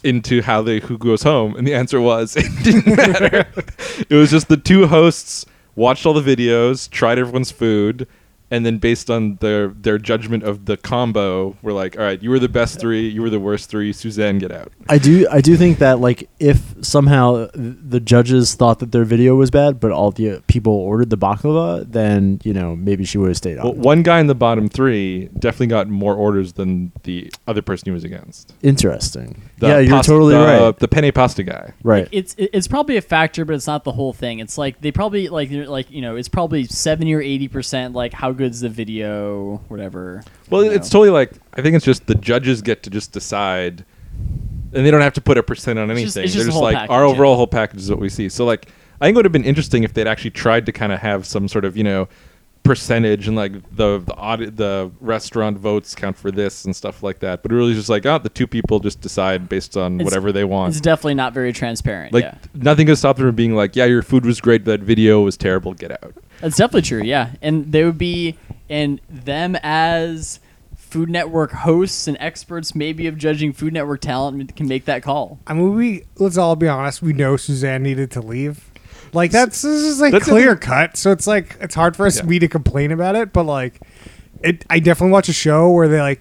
S3: into how they who goes home? And the answer was it didn't matter. it was just the two hosts watched all the videos, tried everyone's food, and then based on their their judgment of the combo, were like, all right, you were the best three, you were the worst three. Suzanne, get out.
S2: I do I do think that like if somehow the judges thought that their video was bad, but all the uh, people ordered the baklava, then you know maybe she would have stayed on.
S3: Well, one guy in the bottom three definitely got more orders than the other person he was against.
S2: Interesting.
S3: The
S2: yeah, you're
S3: pasta-
S2: totally
S3: the-
S2: right.
S3: The penne pasta guy.
S2: right.
S4: It's it- it's probably a factor, but it's not the whole thing. It's like they probably like they're like you know it's probably seventy or eighty percent like how good's the video, whatever.
S3: Well,
S4: you
S3: it's
S4: know.
S3: totally like I think it's just the judges get to just decide, and they don't have to put a percent on anything.
S4: just- it's just
S3: They're
S4: the
S3: just
S4: whole
S3: like
S4: package,
S3: our
S4: yeah.
S3: overall whole package is what we see. So like I think it would have been interesting if they'd actually tried to kind of have some sort of you know percentage and like the the audit the restaurant votes count for this and stuff like that. But it really is just like oh the two people just decide based on
S4: It's-
S3: whatever they want.
S4: it's definitely not very transparent.
S3: like
S4: yeah.
S3: nothing could stop them from being like yeah your food was great that video was terrible get out.
S4: That's definitely true, yeah. And they would be, and them as Food Network hosts and experts, maybe of judging Food Network talent, can make that call.
S1: I mean, we let's all be honest. We know Suzanne needed to leave. Like that's this is like
S3: That's the
S1: clear
S3: thing.
S1: cut. So it's like it's hard for us
S3: Yeah.
S1: me to complain about it. But like, it I definitely watch a show where they like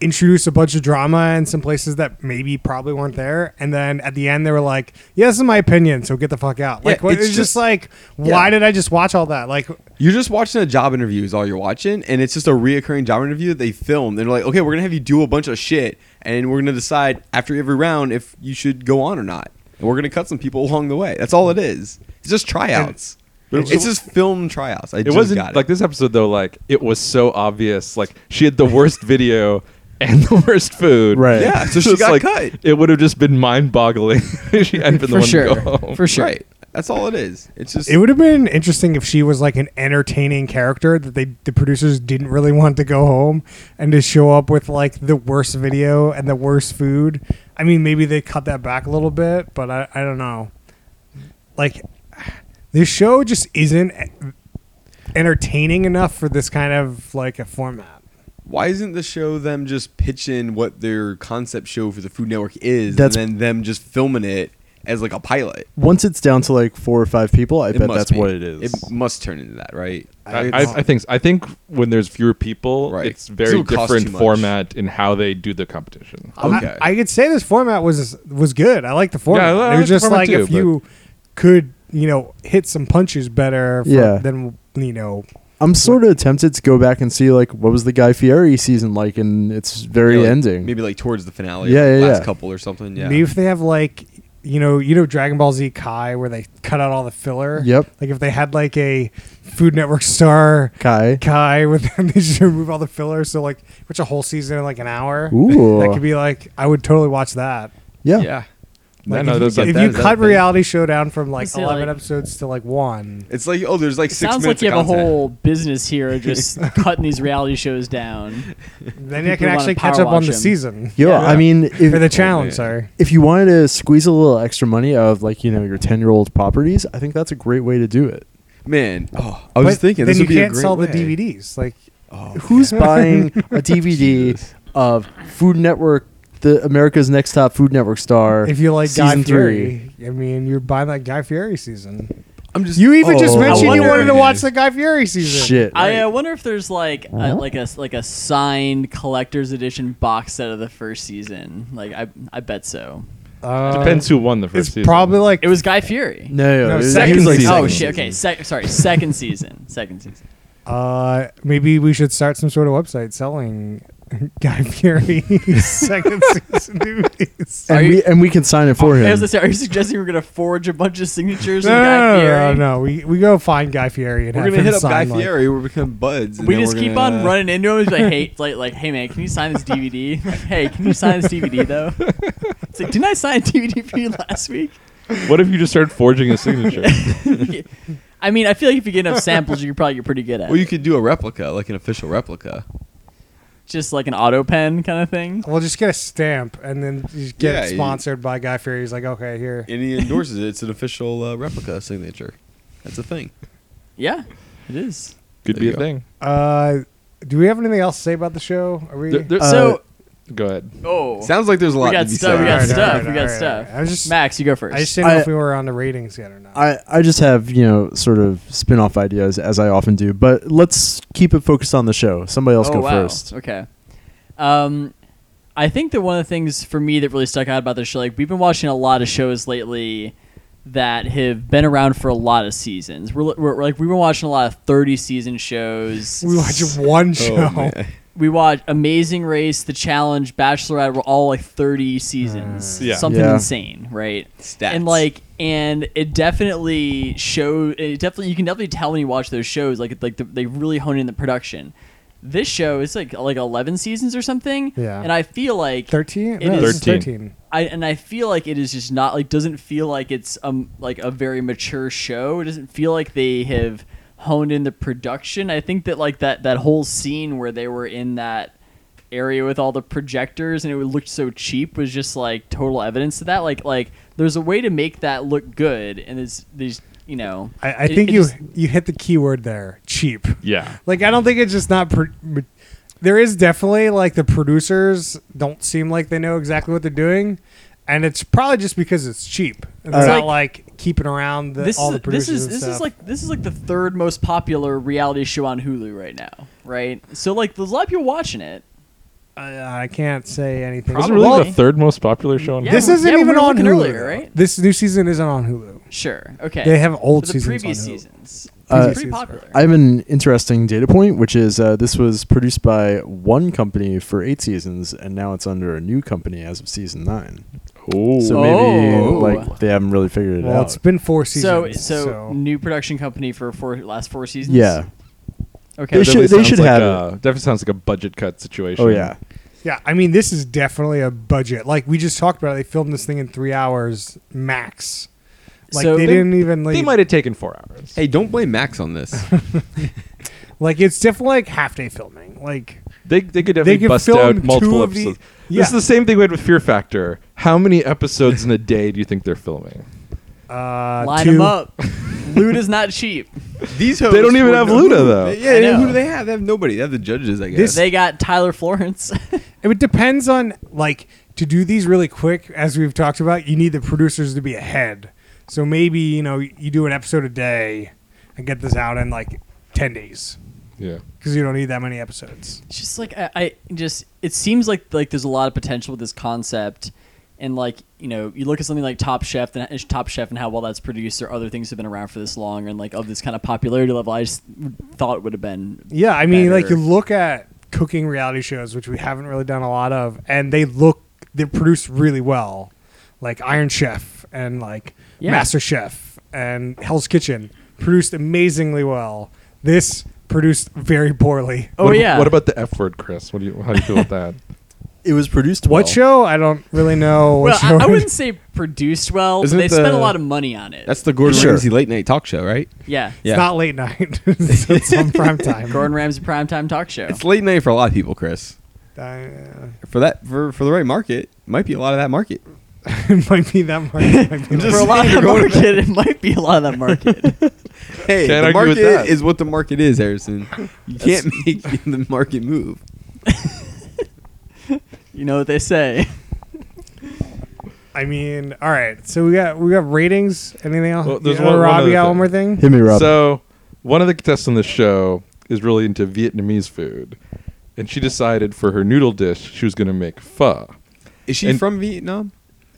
S1: introduce a bunch of drama in some places that maybe probably weren't there, and then at the end they were like, "Yeah, this is my opinion, so get the fuck out." Like,
S5: Yeah,
S1: what, it's,
S5: it's
S1: just,
S5: just-
S1: like,
S5: yeah.
S1: why did I just watch all that? Like,
S5: You're just watching a job interview is all you're watching, and it's just a reoccurring job interview that they film. They're like, okay, we're gonna have you do a bunch of shit, and we're gonna decide after every round if you should go on or not, and we're gonna cut some people along the way. That's all it is. It's just tryouts.
S3: And-
S5: it's just film tryouts. I
S3: it
S5: just
S3: wasn't
S5: got it.
S3: like this episode though like it was so obvious like she had the worst video and the worst food
S2: Right.
S5: Yeah, so she
S3: It's
S5: got
S3: like,
S5: cut.
S3: it would have just been mind-boggling if she had been the
S4: For
S3: one
S4: sure.
S3: to go home.
S4: For sure.
S5: Right. That's all it is. It's just
S1: it would have been interesting if she was like an entertaining character that they the producers didn't really want to go home and to show up with like the worst video and the worst food. I mean, maybe they cut that back a little bit, but I, I don't know. Like, this show just isn't e, entertaining enough for this kind of like a format.
S5: why isn't the show them just pitching what their concept show for the Food Network is,
S2: That's-
S5: and then them just filming it as like a pilot?
S2: Once it's down to like four or five people, I
S5: It
S2: bet
S5: must
S2: that's
S5: be.
S2: what it is.
S5: It must turn into that, right?
S3: I, I,
S1: It's-
S3: I think I think when there's fewer people
S5: Right.
S3: it's
S5: So it
S3: very
S5: would cost
S3: different
S5: too much.
S3: format in how they do the competition
S1: I-
S5: Okay.
S1: I, could say this format was was good. I like the format.
S3: I
S1: it
S3: like
S1: was
S3: the
S1: just
S3: format
S1: like
S3: too,
S1: if you could, you know, hit some punches better for,
S2: Yeah.
S1: than you know.
S2: I'm sort of tempted to go back and see like what was the Guy Fieri season like in its very
S5: Yeah, like,
S2: ending.
S5: Maybe like towards the finale.
S2: Yeah,
S5: Yeah,
S2: yeah,
S5: Last
S2: yeah.
S5: couple or something. Yeah.
S1: Maybe if they have like, you know, you know, Dragon Ball Z Kai, where they cut out all the filler.
S2: Yep.
S1: Like if they had like a Food Network star
S2: Kai.
S1: Kai, with them, they just remove all the filler. So like, which a whole season in like an hour.
S2: Ooh.
S1: That could be like, I would totally watch that.
S2: yeah.
S5: Yeah.
S1: Like,
S3: I know
S1: if
S3: those
S1: you,
S3: like
S1: if
S5: that
S1: you
S5: is that
S1: cut
S5: thing.
S1: reality show down from like
S4: Let's see,
S1: eleven
S4: like-
S1: episodes to like one,
S5: It's like oh, there's like six
S4: Sounds
S5: minutes.
S4: like you have
S5: of
S4: a
S5: content.
S4: whole business here just cutting these reality shows down.
S1: then I
S4: People
S1: can
S4: wanna
S1: actually
S4: power
S1: catch up on
S4: wash
S1: the
S4: him.
S1: season.
S2: Yo,
S4: Yeah.
S2: I mean, if,
S1: for the challenge,
S5: yeah.
S1: sorry.
S2: if you wanted to squeeze a little extra money out of like you know your ten year old properties, I think that's a great way to do it.
S5: man. Oh, I was just thinking
S1: then
S5: this
S1: you
S5: would be a
S1: can't
S5: great
S1: sell
S5: way.
S1: the DVDs. Like,
S5: Oh,
S2: Who's buying a DVD
S5: Jesus.
S2: of Food Network, the America's Next Top Food Network star?
S1: if you like Guy
S2: season
S1: Fieri, I mean, you're buying that Guy Fieri season.
S5: I'm just
S1: You even just
S2: Oh.
S1: mentioned
S4: I
S1: you wanted
S4: wonder-
S1: to watch the Guy Fieri season.
S2: Shit.
S4: I uh, wonder if there's like a, like a like a signed collector's edition box set of the first season. Like I I bet so.
S1: Uh,
S3: depends who won the first
S1: It's
S3: season
S1: probably like
S4: It was Guy Fury.
S2: no,
S1: No,
S2: it was-
S1: second
S2: he was, like,
S1: season.
S4: oh
S2: second
S4: shit.
S2: season.
S4: Okay. Sec- sorry. Second season. Second season.
S1: Uh, maybe we should start some sort of website selling Guy Fieri's second season DVDs.
S4: Are
S2: And
S4: you-
S2: we and we can sign it
S1: Oh,
S2: for
S4: I
S2: him.
S4: was gonna say, are you suggesting we're gonna forge a bunch of signatures?
S1: No,
S4: of Guy
S1: no, no, no,
S4: Fieri?
S1: no. We we go find Guy Fieri and
S5: We're
S1: have
S5: gonna
S1: him
S5: hit up Guy
S1: sign, like-
S5: Fieri. We're become buds. and
S4: We
S5: then
S4: just
S5: we're
S4: keep
S5: gonna-
S4: on running into him. He's like, hey, like, like, hey, man, can you sign this DVD? Like, hey, can you sign this DVD though? It's like, didn't I sign a DVD for you last week?
S3: what if you just started forging a signature
S4: I mean, I feel like if you get enough samples, you could probably get pretty good at.
S5: Well, you
S4: it.
S5: could do a replica, like an official replica.
S4: just like an auto pen kind of thing.
S1: We'll just get a stamp and then you just get
S5: Yeah,
S1: it
S5: you-
S1: sponsored by Guy Fieri. He's like, okay, here.
S5: and he endorses it. It's an official uh, replica signature. That's a thing.
S4: Yeah, it is.
S3: Could
S5: There
S3: be
S5: you
S3: a
S5: go.
S3: thing.
S1: Uh, do we have anything else to say about the show? Are we?
S3: There- there-
S4: so,
S3: go ahead.
S4: oh,
S5: Sounds like there's a lot
S4: we got
S5: to be
S4: stuff.
S5: said.
S4: We got
S1: Alright,
S4: stuff.
S1: alright,
S4: we got
S1: alright,
S4: stuff.
S1: alright. I was just-
S4: Max, you go first.
S1: I just didn't know
S2: I-
S1: if we were on the ratings yet or not.
S2: I, I just have, you know, sort of spin off ideas as I often do, but let's keep it focused on the show. Somebody else
S4: oh,
S2: go
S4: wow.
S2: first.
S4: Okay. Um, I think that one of the things for me that really stuck out about this show, like we've been watching a lot of shows lately that have been around for a lot of seasons. We're, we're like we've been watching a lot of thirty season shows.
S1: we watch one show.
S5: Oh, man.
S4: we watch Amazing Race, The Challenge, Bachelorette. We're all like thirty seasons,
S3: Yeah.
S4: something
S2: Yeah.
S4: insane, right?
S5: Stats.
S4: And like, and it definitely shows. It definitely you can definitely tell when you watch those shows. Like, it- like the, they really hone in the production. This show is like like eleven seasons or something.
S1: Yeah.
S4: And I feel like
S1: Thirteen.
S4: It
S1: No, this is
S4: is-
S3: Thirteen.
S1: Thirteen.
S4: I and I feel like it is just not like doesn't feel like it's um like a very mature show. It doesn't feel like they have honed in the production. I think that like that that whole scene where they were in that area with all the projectors and it looked so cheap was just like total evidence to that. Like like there's a way to make that look good and it's these you know
S1: I, I
S4: it-
S1: think
S4: it
S1: you
S4: just-
S1: you hit the keyword there. Cheap.
S3: Yeah.
S1: Like I don't think it's just not. Pro- ma- there is definitely like the producers don't seem like they know exactly what they're doing, and it's probably just because it's cheap. It's
S2: Alright.
S1: not like keeping around the,
S4: this
S1: all
S4: is
S1: the
S4: this
S1: producers.
S4: is
S1: and
S4: this is
S1: stuff.
S4: like this is like the third most popular reality show on Hulu right now, right? So like there's a lot of people watching it.
S1: I, I can't say anything.
S3: Is it really
S1: Well,
S3: the third most popular show on
S4: Yeah.
S1: this isn't
S4: we were
S1: even on
S4: looking
S1: Hulu.
S4: earlier, right?
S1: This new season isn't on Hulu.
S4: Sure. Okay.
S1: They have old
S4: the
S1: seasons on
S4: previous
S1: Hulu.
S4: seasons.
S2: Uh,
S4: it's pretty
S1: Previous
S4: popular.
S2: I have an interesting data point, which is uh, this was produced by one company for eight seasons, and now it's under a new company as of season nine.
S3: Oh.
S2: So maybe
S4: Oh.
S2: like they haven't really figured it
S1: Well,
S2: out.
S1: it's been four
S4: so,
S1: seasons.
S4: so
S1: So,
S4: new production company for four last four seasons.
S2: yeah.
S4: Okay.
S2: They should-
S3: Definitely sounds
S2: should
S3: like
S2: have
S3: a, Definitely sounds like a budget cut situation.
S2: Oh yeah.
S1: yeah, I mean, this is definitely a budget. Like we just talked about, it, they filmed this thing in three hours max. Like
S4: So
S1: they,
S4: they-
S1: didn't even like
S3: They might have taken four hours.
S5: Hey, don't blame Max on this.
S1: Like it's definitely like half day filming. Like
S3: They, they could definitely
S1: could
S3: bust
S1: film
S3: out
S1: two
S3: multiple
S1: of the-
S3: episodes.
S1: Yeah.
S3: This is the same thing we had with Fear Factor. How many episodes in a day do you think they're filming?
S1: uh,
S4: Line
S1: two-
S4: them up. Loot is not cheap.
S5: These hosts
S3: They don't even
S5: were
S3: have
S5: no-
S3: Luda, though.
S5: Yeah,
S4: I know.
S5: who do they have? They have nobody. They have the judges, I guess.
S1: This-
S4: They got Tyler Florence.
S1: It depends on like to do these really quick, as we've talked about. You need the producers to be ahead. So maybe you know you do an episode a day and get this out in like ten days
S3: Yeah.
S1: because you don't need that many episodes.
S4: It's just like I, I just it seems like like there's a lot of potential with this concept and like you know you look at something like top chef and and top chef and how well that's produced or other things have been around for this long and like of this kind of popularity level i just thought would have been
S1: Yeah, I mean, like
S4: Better.
S1: you look at cooking reality shows, which we haven't really done a lot of, and they look they're produced really well, like Iron Chef and like
S4: Yeah.
S1: Master Chef and Hell's Kitchen produced amazingly well. This produced very poorly.
S4: oh
S3: what, ab-
S4: yeah
S3: What about the F word, Chris? What do you how do you feel about that?
S2: It was produced
S1: What
S2: well.
S1: show? I don't really know. What
S4: well
S1: show
S4: I, I
S1: it
S4: wouldn't
S1: is.
S4: say produced well but
S5: Isn't
S4: they
S5: it
S4: spent a
S5: the-
S4: lot of money on it
S5: That's the Gordon
S2: Sure.
S5: Ramsay late night talk show, right?
S4: yeah
S1: It's not late night. it's, it's on prime time.
S4: gordon ramsay primetime talk show
S5: It's late night for a lot of people, Chris.
S1: Uh,
S5: For that, for for the right market, might be a lot of that market.
S1: Uh, it might be that much. It might be like-
S5: I'm
S4: for a
S5: just
S4: lot of
S5: saying,
S4: that
S5: Gordon
S4: market it might be a lot of that market
S5: Hey, the
S3: Can't argue with
S5: market
S3: that.
S5: is what the market is, Harrison. You can't make the market move.
S4: you know what they say
S1: I mean, all right. So we got we got ratings. Anything else?
S3: Well, there's
S1: Yeah,
S3: one- one
S1: Rob,
S3: other
S1: you got
S3: thing.
S1: one more thing.
S2: Hit me, Rob.
S3: So, one of the contestants on the show is really into Vietnamese food, and she decided for her noodle dish she was going to make pho.
S5: Is she
S3: And-
S5: from Vietnam?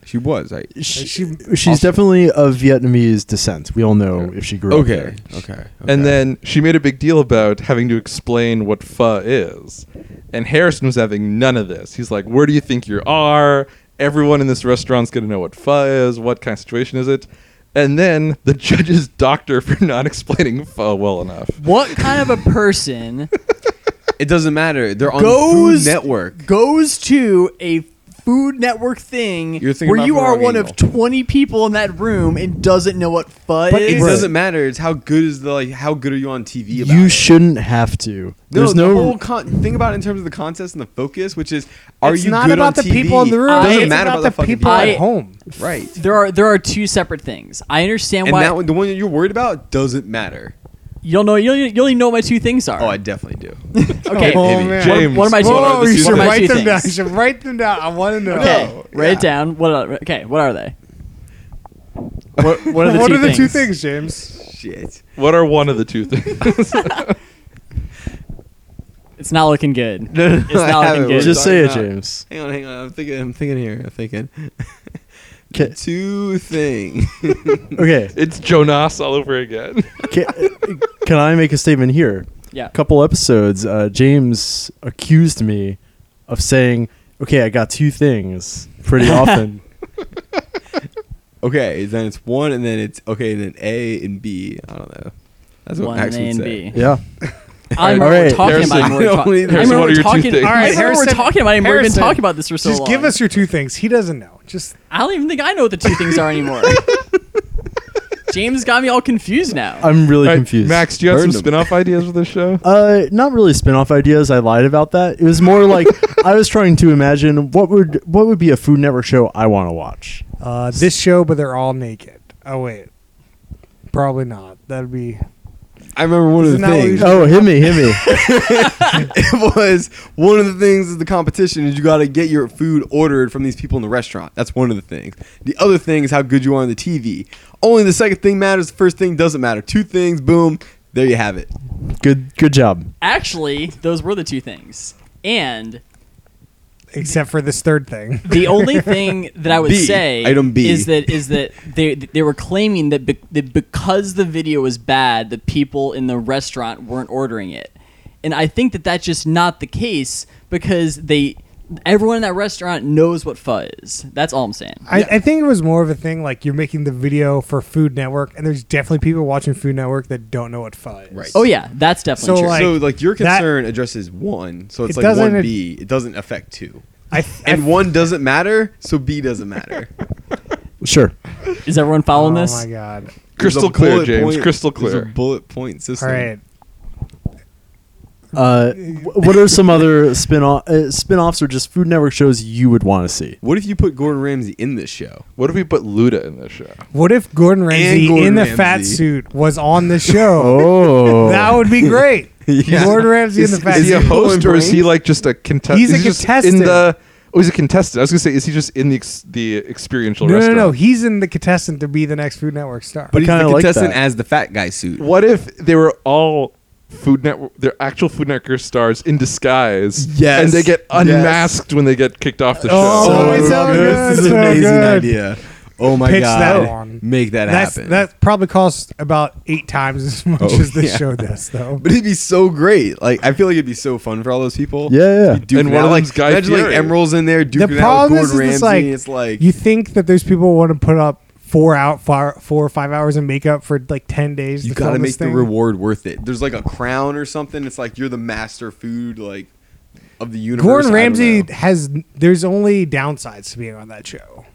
S5: She was, right?
S2: She-
S1: She-
S2: she's definitely of Vietnamese descent. We all know if she grew up
S5: Okay.
S2: there.
S5: okay. Okay.
S3: And then she made a big deal about having to explain what pho is. And Harrison was having none of this. He's like, Where do you think you are? Everyone in this restaurant's going to know what pho is. What kind of situation is it? And then the judges docked her for not explaining pho well enough.
S4: what kind of a person
S5: it doesn't matter. They're on the
S4: goes
S5: Food Network.
S4: goes to a Food Network thing
S5: You're thinking
S4: where
S5: about
S4: you
S5: the
S4: are
S5: wrong
S4: one of
S5: angle.
S4: 20 people in that room and doesn't know what pho
S5: But it
S4: is.
S5: doesn't matter. It's how good is the like how good are you on TV about
S2: You
S5: it.
S2: shouldn't have to.
S5: No,
S2: There's
S5: the
S2: no.
S5: whole con- think about it in terms of the contest and the focus, which is are
S1: it's
S5: you
S1: not
S5: good
S1: about the
S5: on TV?
S1: people in the room.
S5: It doesn't
S4: It's
S5: matter
S1: about,
S5: the,
S1: the
S5: fucking
S1: people
S4: I-
S1: at home.
S5: right?
S4: There are there are two separate things. I understand
S5: And
S4: why
S5: that one, the one that you're worried about, doesn't matter.
S4: you don't know you don't, you don't even know what my two things are.
S5: Oh, I definitely do.
S4: okay.
S1: Oh,
S4: What-
S1: man.
S3: James,
S4: what am I
S3: what
S4: doing?
S3: are the
S1: you
S3: two
S1: should
S4: what am I
S3: things?
S1: write
S4: two
S1: them down. You
S4: things?
S1: should write them down. I want to know.
S4: Okay, write
S5: yeah.
S4: it down. What are, okay, what are they?
S2: What, what are the
S1: what
S2: two
S1: are the
S2: things?
S1: two things, James?
S5: Shit.
S3: What are one of the two things?
S4: It's not looking good.
S5: no,
S4: It's not
S5: I
S4: looking
S5: haven't.
S4: good.
S2: Just say it,
S5: Sorry, no.
S2: James.
S5: Hang on, hang on. I'm thinking. I'm thinking here. I'm thinking.
S2: 'Kay.
S5: Two things.
S2: Okay.
S3: it's Jonas all over again.
S2: Can, can I make a statement here?
S4: Yeah.
S2: A couple episodes, uh, James accused me of saying, "Okay, I got two things." Pretty often.
S5: okay, then it's one, and then it's okay, and then A and B. I don't know. That's what
S4: One
S5: Max
S4: A
S5: would
S4: and
S5: say.
S4: B.
S2: yeah.
S4: I remember
S2: All
S4: we're
S2: right,
S4: talking
S3: Harrison,
S4: about it. We're
S5: I
S4: talk-
S5: only-
S4: I
S5: Harrison,
S4: remember
S3: what are
S4: we're
S3: your two
S4: talking.
S3: things?
S4: I
S3: All
S1: right,
S4: remember we're
S1: Harrison,
S4: talking about it. and We've been
S1: Harrison,
S4: talking about this for so
S1: Just
S4: long.
S1: give us your two things. He doesn't know. Just
S4: I don't even think I know what the two things are anymore. James got me all confused now.
S2: I'm really
S3: All right,
S2: confused.
S3: Max, do you have
S5: Burned
S3: some
S5: him.
S3: spin-off ideas for this show?
S2: Uh, not really spin-off ideas. I lied about that. It was more like I was trying to imagine what would what would be a Food Network show I want to watch.
S1: uh, this show, but they're all naked. Oh wait, probably not. That'd be
S5: I remember one of
S1: Isn't
S5: the
S1: that what
S5: things.
S1: you-
S2: Oh, hit me, hit me.
S5: it was one of the things of the competition is you got to get your food ordered from these people in the restaurant. That's one of the things. The other thing is how good you are on the TV. Only the second thing matters. The first thing doesn't matter. Two things, boom, there you have it.
S2: Good, good job.
S4: Actually, those were the two things. And
S1: except for this third thing.
S4: the only thing that I would
S5: B,
S4: say
S5: item B.
S4: is that is that they they were claiming that, be, that because the video was bad, the people in the restaurant weren't ordering it, and I think that that's just not the case because they everyone in that restaurant knows what pho is. That's all I'm saying.
S1: I, I think it was more of a thing like you're making the video for Food Network, and there's definitely people watching Food Network that don't know what pho is.
S5: Right.
S4: Oh yeah, that's definitely
S1: So,
S4: true.
S1: like,
S5: so like your
S1: that-
S5: concern addresses one, so it's
S1: It
S5: like
S1: doesn't-
S5: one B. It doesn't affect two,
S1: I th- I
S5: and
S1: th-
S5: one doesn't matter, so B doesn't matter.
S2: Sure.
S4: Is everyone
S1: Oh
S4: following this?
S1: my god!
S5: There's a
S3: Crystal clear,
S5: bullet
S3: James.
S5: point-
S3: Crystal
S5: there's a
S3: clear.
S5: bullet point system.
S1: All right.
S2: Uh, wh- what are some other spin-off uh, spin-offs or just Food Network shows you would want to see?
S5: What if you put Gordon Ramsay in this show?
S3: What if we put Luda in this show?
S1: What if Gordon Ramsay
S5: Gordon
S1: in the
S5: Ramsay.
S1: fat suit was on the show?
S2: Oh,
S1: That would be great. Gordon Ramsay in
S5: Is-
S1: the fat
S3: Is he a
S1: suit.
S3: host or is he
S5: brains?
S3: like just a contestant?
S1: He's a contestant.
S3: In the, oh, he's a contestant. I was gonna say, is he just in the ex- the experiential
S1: No, no,
S3: restaurant?
S1: no. He's in the contestant to be the next Food Network star.
S5: But
S2: I
S5: he's the
S2: kinda like
S5: contestant
S2: that.
S5: as the fat guy suit.
S3: What if they were all Food Network, they're actual Food Network stars in disguise?
S5: Yes.
S3: And they get
S5: Yes.
S3: unmasked when they get kicked off the
S1: Oh,
S3: show.
S1: So it's so good,
S5: This is
S1: so
S5: an amazing
S1: good.
S5: idea. Oh my
S1: Pitch
S5: god!
S1: that one.
S5: Make that
S1: That's,
S5: happen.
S1: that probably costs about eight times as much
S5: Oh,
S1: as this
S5: yeah.
S1: show does, though.
S5: but it'd be so great. Like I feel like it'd be so fun for all those people.
S2: Yeah, yeah.
S5: To be duking
S3: And one
S5: out.
S3: of
S5: like
S3: them's Guy
S5: imagine like
S3: Fieri.
S5: Emeralds in there duking
S1: the
S5: out
S1: problem
S5: with
S1: is,
S5: Gordon
S1: is
S5: Ramsay.
S1: it's like,
S5: and it's like
S1: you think that those people want to put up four out four, four or five hours of makeup for like ten days.
S5: you
S1: to film
S5: gotta
S1: this
S5: make the
S1: thing?
S5: reward worth it. There's like a crown or something. It's like you're the master food like of the universe.
S1: Gordon
S5: I don't
S1: Ramsay
S5: know.
S1: has there's only downsides to being on that show.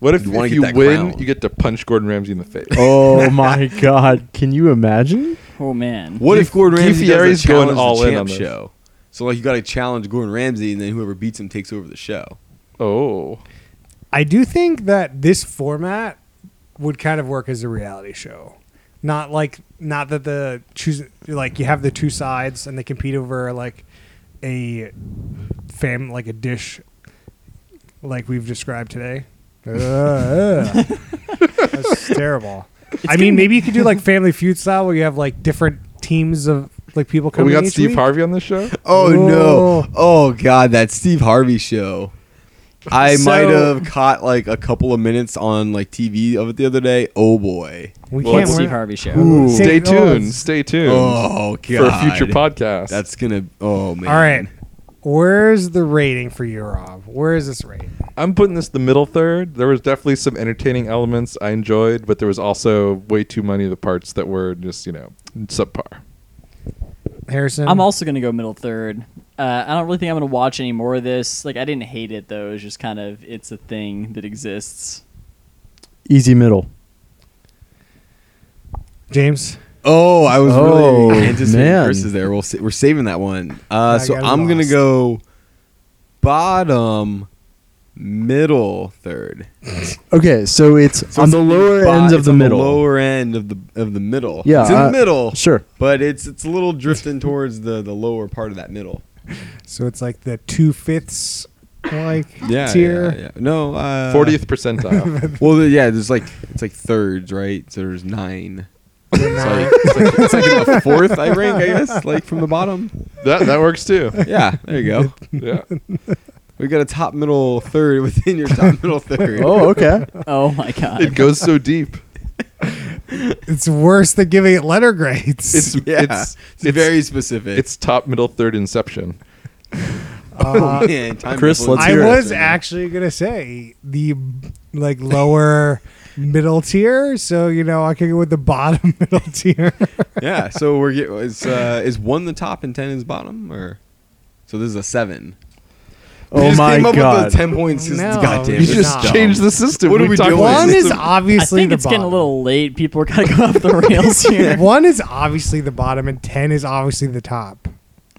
S3: What if
S5: You
S3: you,
S5: wanna
S3: if
S5: get
S3: you
S5: that
S3: win,
S5: crown.
S3: you get to punch Gordon Ramsay in the face?
S2: oh my God! Can you imagine?
S4: oh man.
S5: What if Gordon
S3: Guy
S5: Ramsay does
S3: Fieri's
S5: a
S3: going
S5: challenge
S3: all
S5: the
S3: in
S5: champ
S3: on this.
S5: show? So like you gotta challenge Gordon Ramsay and then whoever beats him takes over the show.
S3: Oh.
S1: I do think that this format would kind of work as a reality show. Not like not that the choose like you have the two sides and they compete over like a fam like a dish like we've described today. Ugh. That's terrible. I mean, maybe you could do like Family Feud style where you have like different teams of like people
S3: Oh,
S1: coming.
S3: we got
S1: each
S3: Steve
S1: week.
S3: Harvey on this show?
S5: Oh
S1: Oh.
S5: no! Oh god, that Steve Harvey show. I
S1: So-
S5: might have caught like a couple of minutes on like TV of it the other day. Oh boy!
S1: We
S3: Well,
S1: can't.
S3: it's
S4: Steve
S1: work-
S4: Harvey show?
S1: Ooh.
S3: Stay
S1: Take- oh,
S3: tuned.
S1: it's-
S3: Stay tuned
S5: Oh god!
S3: for a future podcast.
S5: That's gonna. Oh man!
S1: All right. Where's the rating for you, Rob? Where is this rating?
S3: I'm putting this the middle third. There was definitely some entertaining elements I enjoyed, but there was also way too many of the parts that were just, you know, subpar.
S1: Harrison?
S4: I'm also gonna go middle third. Uh, I don't really think I'm gonna watch any more of this. Like, I didn't hate it though. It's just kind of it's a thing that exists.
S2: Easy middle.
S1: James.
S5: Oh, I was
S2: Oh,
S5: really anticipating
S2: man.
S5: verses there. We'll sa- we're saving that one.
S1: I
S5: Uh, so
S1: got
S5: I'm gonna
S1: lost.
S5: go bottom, middle, third.
S2: Okay, so it's
S5: So
S2: on
S5: it's
S2: the lower
S5: bo-
S2: end
S5: it's
S2: of the
S5: on
S2: middle.
S5: lower end of the of the middle.
S2: Yeah,
S5: it's in
S2: uh,
S5: the middle.
S2: sure.
S5: but it's it's a little drifting towards the the lower part of that middle.
S1: So it's like the two fifths, like
S5: Yeah,
S1: tier.
S5: yeah, yeah. No, uh,
S3: Fortieth percentile.
S5: Well, the- yeah, there's like it's like thirds, right? So there's nine. It's
S1: Nine.
S5: like, it's like, it's like in the fourth, I rank, I guess, like from the bottom.
S3: that that works too.
S5: Yeah, there you go.
S3: Yeah.
S5: We got a top middle third within your top middle third.
S2: Oh, okay.
S4: Oh my god.
S3: It goes so deep.
S1: It's worse than giving it letter grades.
S3: It's
S5: yeah,
S3: it's,
S5: it's, very specific.
S3: it's top middle third inception.
S1: Uh,
S5: oh man, time
S2: Chris,
S5: definitely
S2: let's
S1: I
S2: hear it.
S1: was actually gonna say the like lower middle tier, so you know I could go with the bottom middle tier.
S5: yeah. So we're get, is uh, is one the top and ten is bottom, or so this is a seven. We
S2: Oh
S5: just
S2: my
S5: came up
S2: god.
S5: With the ten points. is-
S1: No,
S5: goddamn,
S1: you
S5: it's
S1: just
S5: dumb.
S3: Change the system.
S5: What are we
S3: talked
S5: doing?
S3: about
S1: One is
S3: system.
S4: I
S1: obviously
S4: think
S1: the
S4: it's
S1: bottom.
S4: getting a little late. People are kind of going off the rails here.
S1: One is obviously the bottom, and ten is obviously the top.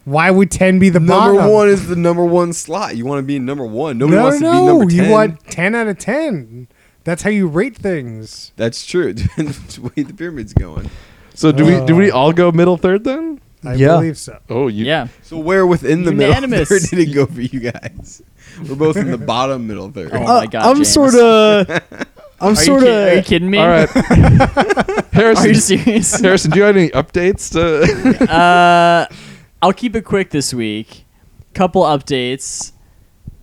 S1: Why would ten be the
S5: number
S1: bottom?
S5: one is the number one slot. You want to be in number one. Nobody
S1: no,
S5: wants to be
S1: no,
S5: number ten.
S1: you want ten out of ten. That's how you rate things.
S5: That's true. It Depends the way the pyramid's going.
S3: So do we do we all go middle third then?
S1: I
S2: Yeah.
S1: believe so.
S3: Oh, you
S4: yeah.
S5: So where within the
S4: Unanimous.
S5: middle third did it go for you guys? We're both in the bottom middle third.
S4: Oh.
S2: Uh,
S4: my God,
S2: I'm
S4: James.
S2: sort of. I'm
S4: Are you,
S2: sort
S4: ki- are you
S2: of.
S4: kidding me?
S3: All right.
S4: Are you
S3: Harrison,
S4: serious?
S3: Harrison, do you have any updates to
S4: uh, I'll keep it quick this week. Couple updates.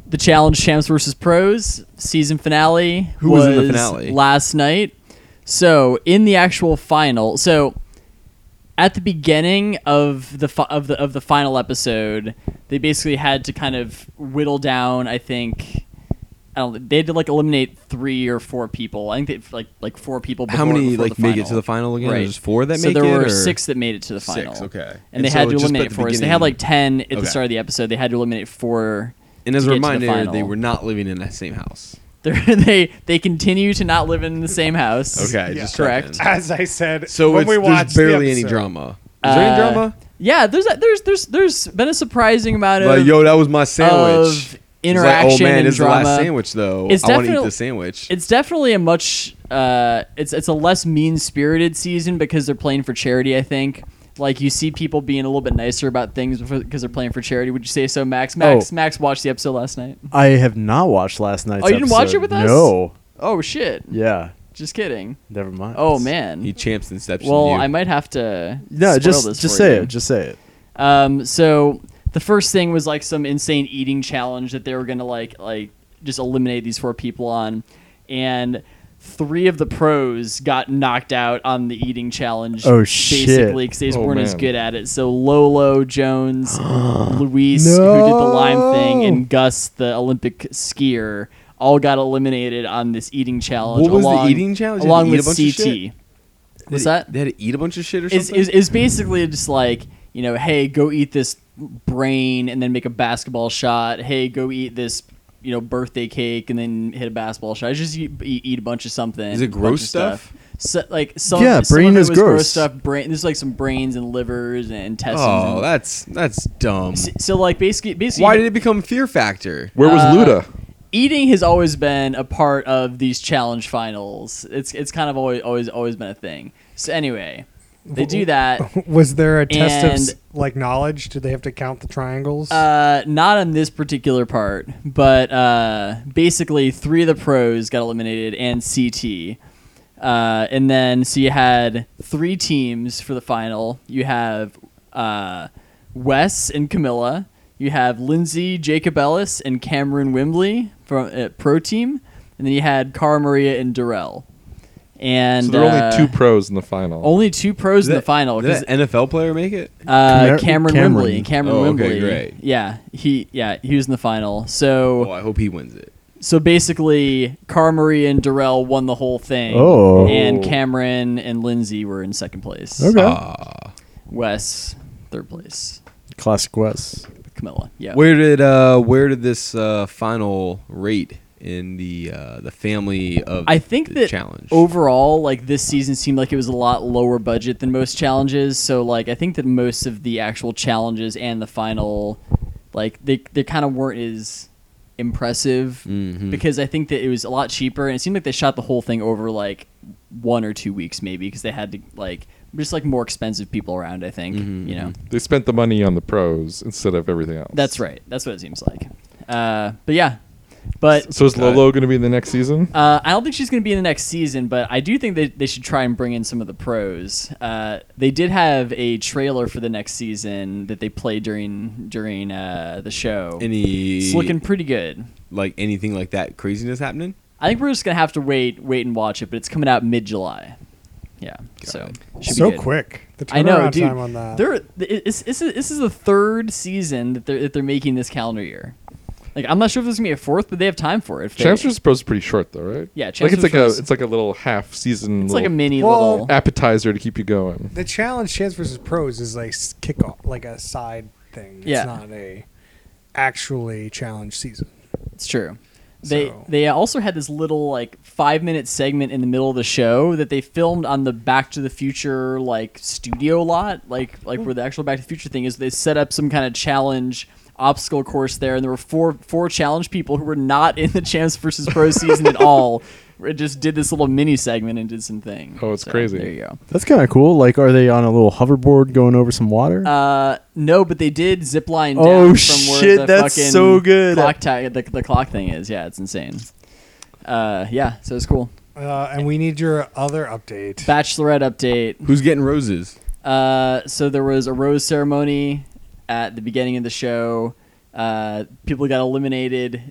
S4: The challenge champs versus pros season finale
S5: Who was in the finale?
S4: last night. So in the actual final, so at the beginning of the fi- of the of the final episode, they basically had to kind of whittle down. I think I don't. They had to like eliminate three or four people. I think they like like four people.
S5: How
S4: before-
S5: many
S4: before
S5: like
S4: the
S5: make
S4: final.
S5: it to the final again?
S4: Right.
S5: There's four that
S4: so
S5: make
S4: there
S5: it.
S4: were
S5: or-
S4: six that made it to the
S5: Six,
S4: final.
S5: okay.
S4: And,
S5: And
S4: they
S5: so
S4: had to
S5: just at
S4: eliminate
S5: the
S4: four. So they had
S5: beginning-
S4: like ten at the
S5: Okay.
S4: start of the episode. They had to eliminate four.
S5: And as
S4: to
S5: a
S4: get to the
S5: reminder, they
S4: final.
S5: were not living in that same house.
S4: They're- they they continue to not live in the same house.
S5: Okay,
S1: just
S4: correct.
S5: checking.
S1: As I said,
S5: So
S1: when
S5: it's,
S1: we watched
S5: there's barely
S1: the
S5: any
S1: episode.
S5: drama. Is there any
S4: Uh,
S5: drama?
S4: Yeah, there's a- there's there's there's been a surprising amount of
S5: Like, yo, that was my sandwich.
S4: of
S5: It's like,
S4: interaction
S5: oh man,
S4: and
S5: this is the last
S4: drama.
S5: sandwich though.
S4: It's
S5: I want to eat
S4: definite-
S5: the sandwich.
S4: It's definitely a much uh, it's it's a less mean spirited season because they're playing for charity. I think like you see people being a little bit nicer about things because they're playing for charity. Would you say so, Max? Max
S2: Oh.
S4: Max watched the episode last night.
S2: I have not watched last night's.
S4: Oh, you didn't watch it
S2: episode.
S4: with us?
S2: No.
S4: Oh shit!
S2: Yeah.
S4: Just kidding.
S2: Never mind.
S4: Oh man.
S5: he champs Inception.
S4: well,
S5: you.
S4: I might have to.
S2: No,
S4: spoil
S2: just
S4: this
S2: just
S4: for
S2: say
S4: you.
S2: it. Just say it.
S4: Um, so the first thing was like some insane eating challenge that they were gonna like like just eliminate these four people on, and three of the pros got knocked out on the eating challenge.
S2: Oh, shit.
S4: Basically, because they just
S3: Oh,
S4: weren't as
S3: man.
S4: good at it. So Lolo Jones, Luis, who did the lime thing, and Gus, the Olympic skier, all got eliminated on this eating challenge.
S5: What was the
S4: along-
S5: eating challenge? They had to
S4: Along
S5: eat a
S4: with
S5: bunch of shit?
S4: CT.
S5: They
S4: What's
S5: had-
S4: that?
S5: They had to eat a bunch of shit or
S4: is,
S5: something.
S4: is is basically just like you know, hey, go eat this brain and then make a basketball shot. Hey, go eat this you know birthday cake and then hit a basketball shot. It's Just eat, eat, eat a bunch of something.
S5: Is it
S4: a bunch
S5: gross
S4: of
S5: stuff?
S4: So, like some,
S2: Yeah,
S4: some
S2: brain
S4: of it
S2: is
S4: was gross.
S2: gross.
S4: stuff. Brain, there's like some brains and livers and intestines.
S5: oh,
S4: and-
S5: that's that's dumb.
S4: so, so, like basically, basically,
S5: Why did it become Fear Factor?
S3: where was
S4: Uh,
S3: Luda?
S4: eating has always been a part of these challenge finals. It's it's kind of always always always been a thing. So anyway, they do that.
S1: Was there a test of s-
S4: And-
S1: like knowledge? Did they have to count the triangles?
S4: Uh, not on this particular part, but uh, basically three of the pros got eliminated and CT. Uh, and then so you had three teams for the final. You have uh, Wes and Camilla. You have Lindsay Jacobellis and Cameron Wimbley from uh, pro team, and then you had Cara Maria and Durrell. And
S3: So there are
S4: uh,
S3: only two pros in the final.
S4: only two pros
S5: Did
S4: in
S5: that-
S4: the final
S5: Did that NFL player make it?
S4: uh,
S2: Camer-
S4: Cameron,
S2: Cameron.
S4: Wembley. Cameron
S5: Oh, okay,
S4: Wembley.
S5: great.
S4: Yeah, he yeah he was in the final.
S5: Oh,
S4: So
S5: I hope he wins it.
S4: so basically, Car Marie and Darrell won the whole thing.
S2: Oh.
S4: and Cameron and Lindsay were in
S2: Uh,
S4: second place.
S2: Okay.
S5: Ah,
S4: Wes third place.
S2: Classic Wes.
S4: Camilla. Yeah.
S5: Where did uh, where did this uh, final rate in the uh, the family of
S4: I think
S5: the
S4: that
S5: challenge?
S4: overall, like this season seemed like it was a lot lower budget than most challenges. So like I think that most of the actual challenges and the final, like they they kind of weren't as impressive
S3: Mm-hmm.
S5: Mhm.
S4: because I think that it was a lot cheaper and it seemed like they shot the whole thing over like one or two weeks maybe because they had to like just like more expensive people around. I think
S3: Mm-hmm,
S4: you know.
S3: They spent the money on the pros instead of everything else.
S4: That's right. That's what it seems like. Uh, but yeah, but
S3: So is Lolo going to be in the next season?
S4: Uh, I don't think she's going to be in the next season, but I do think that they should try and bring in some of the pros. Uh, they did have a trailer for the next season that they played during during uh, the show.
S5: any
S4: it's looking pretty good.
S5: like anything like that craziness happening?
S4: I think we're just going to have to wait wait and watch it, but it's coming out mid July. Yeah, so should be
S1: so
S4: good.
S1: quick. The turnaround
S4: I know, dude.
S1: time on that.
S4: They're, it's, it's, this is the third season that they're that they're making this calendar year. Like I'm not sure if there's gonna be a fourth, but they have time for it. if they-
S3: Chancellor's Pro is pretty short though, right?
S4: Yeah,
S3: like it's
S4: Chancellor's
S3: like a
S4: Pro's-
S3: it's like a little half season.
S4: it's like a
S3: little
S4: mini
S1: Well-
S4: little.
S3: appetizer to keep you going.
S1: the challenge chance versus pros is like s- kick off, like a side thing.
S4: Yeah.
S1: It's not a actually challenge season.
S4: It's true. They
S1: So-
S4: they also had this little like five minute segment in the middle of the show that they filmed on the Back to the Future like studio lot, like like where the actual Back to the Future thing is. They set up some kind of challenge obstacle course there, and there were four four challenge people who were not in the Champs versus Pro season at all. It just did this little mini segment and did some thing.
S3: Oh, it's crazy.
S4: There you go.
S2: That's kind of cool. Like, are they on a little hoverboard going over some water?
S4: Uh, no, but they did zip line down
S2: Oh,
S4: from where
S2: shit,
S4: the
S2: that's
S4: fucking
S2: so good.
S4: clock tag the, the clock thing is. Yeah, it's insane. Uh, yeah, so it's cool.
S1: Uh, and we need your other update.
S4: Bachelorette update.
S5: Who's getting roses?
S4: Uh, so there was a rose ceremony at the beginning of the show. Uh, people got eliminated.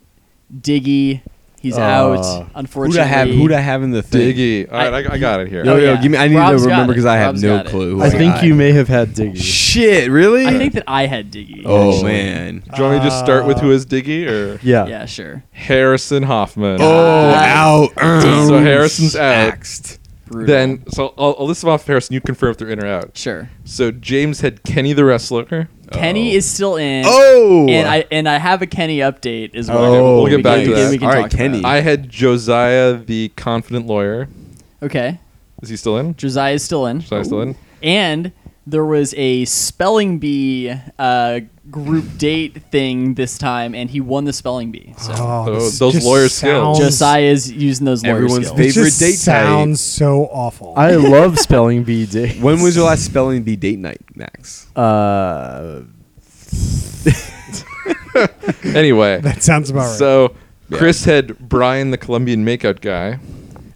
S4: Diggy, he's
S2: Uh, who'd I have-
S4: out.
S5: Ah. Who do I
S4: Unfortunately,
S5: have? Who do I have in the thing?
S3: Diggy. All right, I, I got it here.
S5: Yo,
S4: Oh,
S5: yo,
S4: yeah.
S5: give me. I need
S4: Rob's
S5: to
S4: got
S5: remember
S4: it.
S5: because I have
S4: Rob's
S5: no
S4: got it.
S5: clue. Who
S2: I think
S5: got.
S2: you may have had Diggy.
S5: Shit, really?
S4: I think that I had Diggy.
S5: oh
S4: actually.
S5: man.
S3: Do you want me to just start with who is Diggy or
S2: Yeah.
S4: Uh, Yeah, sure.
S3: Harrison Hoffman?
S5: Oh, out.
S3: So Harrison's out.
S5: Axed.
S4: Brutal.
S3: Then so I'll, I'll list them off. Harrison, you confirm if they're in or out.
S4: sure.
S3: So James had Kenny the wrestler.
S4: Kenny is still in.
S5: Oh.
S4: and I and I have a Kenny update as well.
S5: Oh,
S3: We'll get back to that.
S5: All right,
S4: talk about
S5: Kenny.
S4: it.
S3: I had Josiah the confident lawyer.
S4: Okay,
S3: Is he still in?
S4: Josiah is still in.
S3: Josiah still in?
S4: And there was a spelling bee uh, group date thing this time, and he won the spelling bee. So
S1: Oh,
S3: Oh,
S1: this
S3: those
S1: just
S3: lawyer skills.
S1: sounds-
S4: Josiah's using those lawyer
S5: Everyone's
S4: skills.
S1: this
S5: favorite
S1: just
S5: date
S1: sounds so awful.
S2: I love spelling bee day.
S5: When was your last spelling bee date night, Max?
S2: Uh,
S3: Anyway,
S1: that sounds about right.
S3: so Chris had Brian the Colombian makeout guy,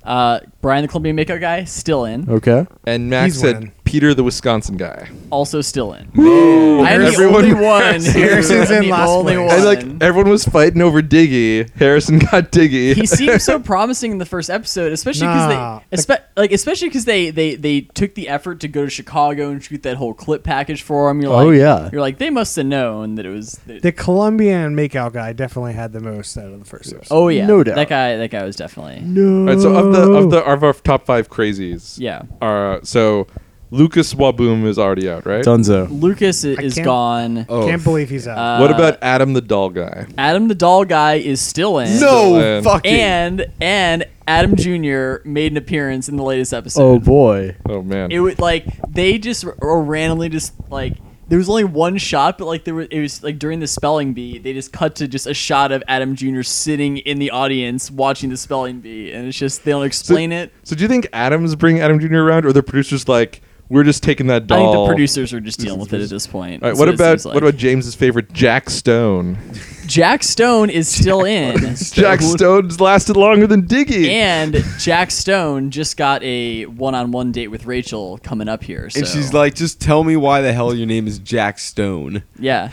S4: Uh, Brian the Colombian makeup guy still in,
S2: okay.
S3: and Max
S1: He's winning.
S3: had Peter the Wisconsin guy.
S4: also still in.
S3: I
S4: I'm the only one.
S1: Harrison's
S4: I'm
S1: in
S4: the
S1: last
S4: only
S1: place.
S4: one.
S3: And like everyone was fighting over Diggy. Harrison got Diggy.
S4: he seemed so promising in the first episode, especially because
S1: Nah.
S4: they, espe- like especially because they, they they took the effort to go to Chicago and shoot that whole clip package for him. You're like,
S2: Oh, yeah.
S4: you're like they must have known that it was. That,
S1: the Colombian makeout guy definitely had the most out of the first episode.
S4: oh yeah,
S2: No doubt.
S4: that guy that guy was definitely
S2: No.
S3: All right, so of the of the of our top five crazies,
S4: yeah.
S3: Are so Lucas Waboom is already out, right?
S2: Dunzo.
S4: Lucas i- is
S1: can't-
S4: gone.
S5: Oh,
S1: Can't believe he's out.
S4: Uh,
S3: what about Adam the doll guy?
S4: Adam the doll guy is still in.
S5: no
S3: Dylan.
S5: fucking.
S4: um, and and Adam Jr. made an appearance in the latest episode.
S2: Oh boy.
S3: Oh man,
S4: It would like they just r- or randomly just like there was only one shot, but like there was it was like during the spelling bee, they just cut to just a shot of Adam Jr. sitting in the audience watching the spelling bee, and it's just they don't explain it.
S3: so do you think Adam's bringing Adam Jr. around, or the producers like we're just taking that
S4: I
S3: doll?
S4: think the producers are just dealing with it at this point.
S3: oh. All right,
S4: That's
S3: what
S4: it
S3: about
S4: seems like.
S3: what about James's favorite Jack Stone?
S4: Jack Stone is still in,
S3: Jack Stone's lasted longer than Diggy.
S4: and Jack Stone just got a one-on-one date with Rachel coming up here. So.
S5: And she's like, just tell me why the hell your name is Jack Stone.
S4: yeah,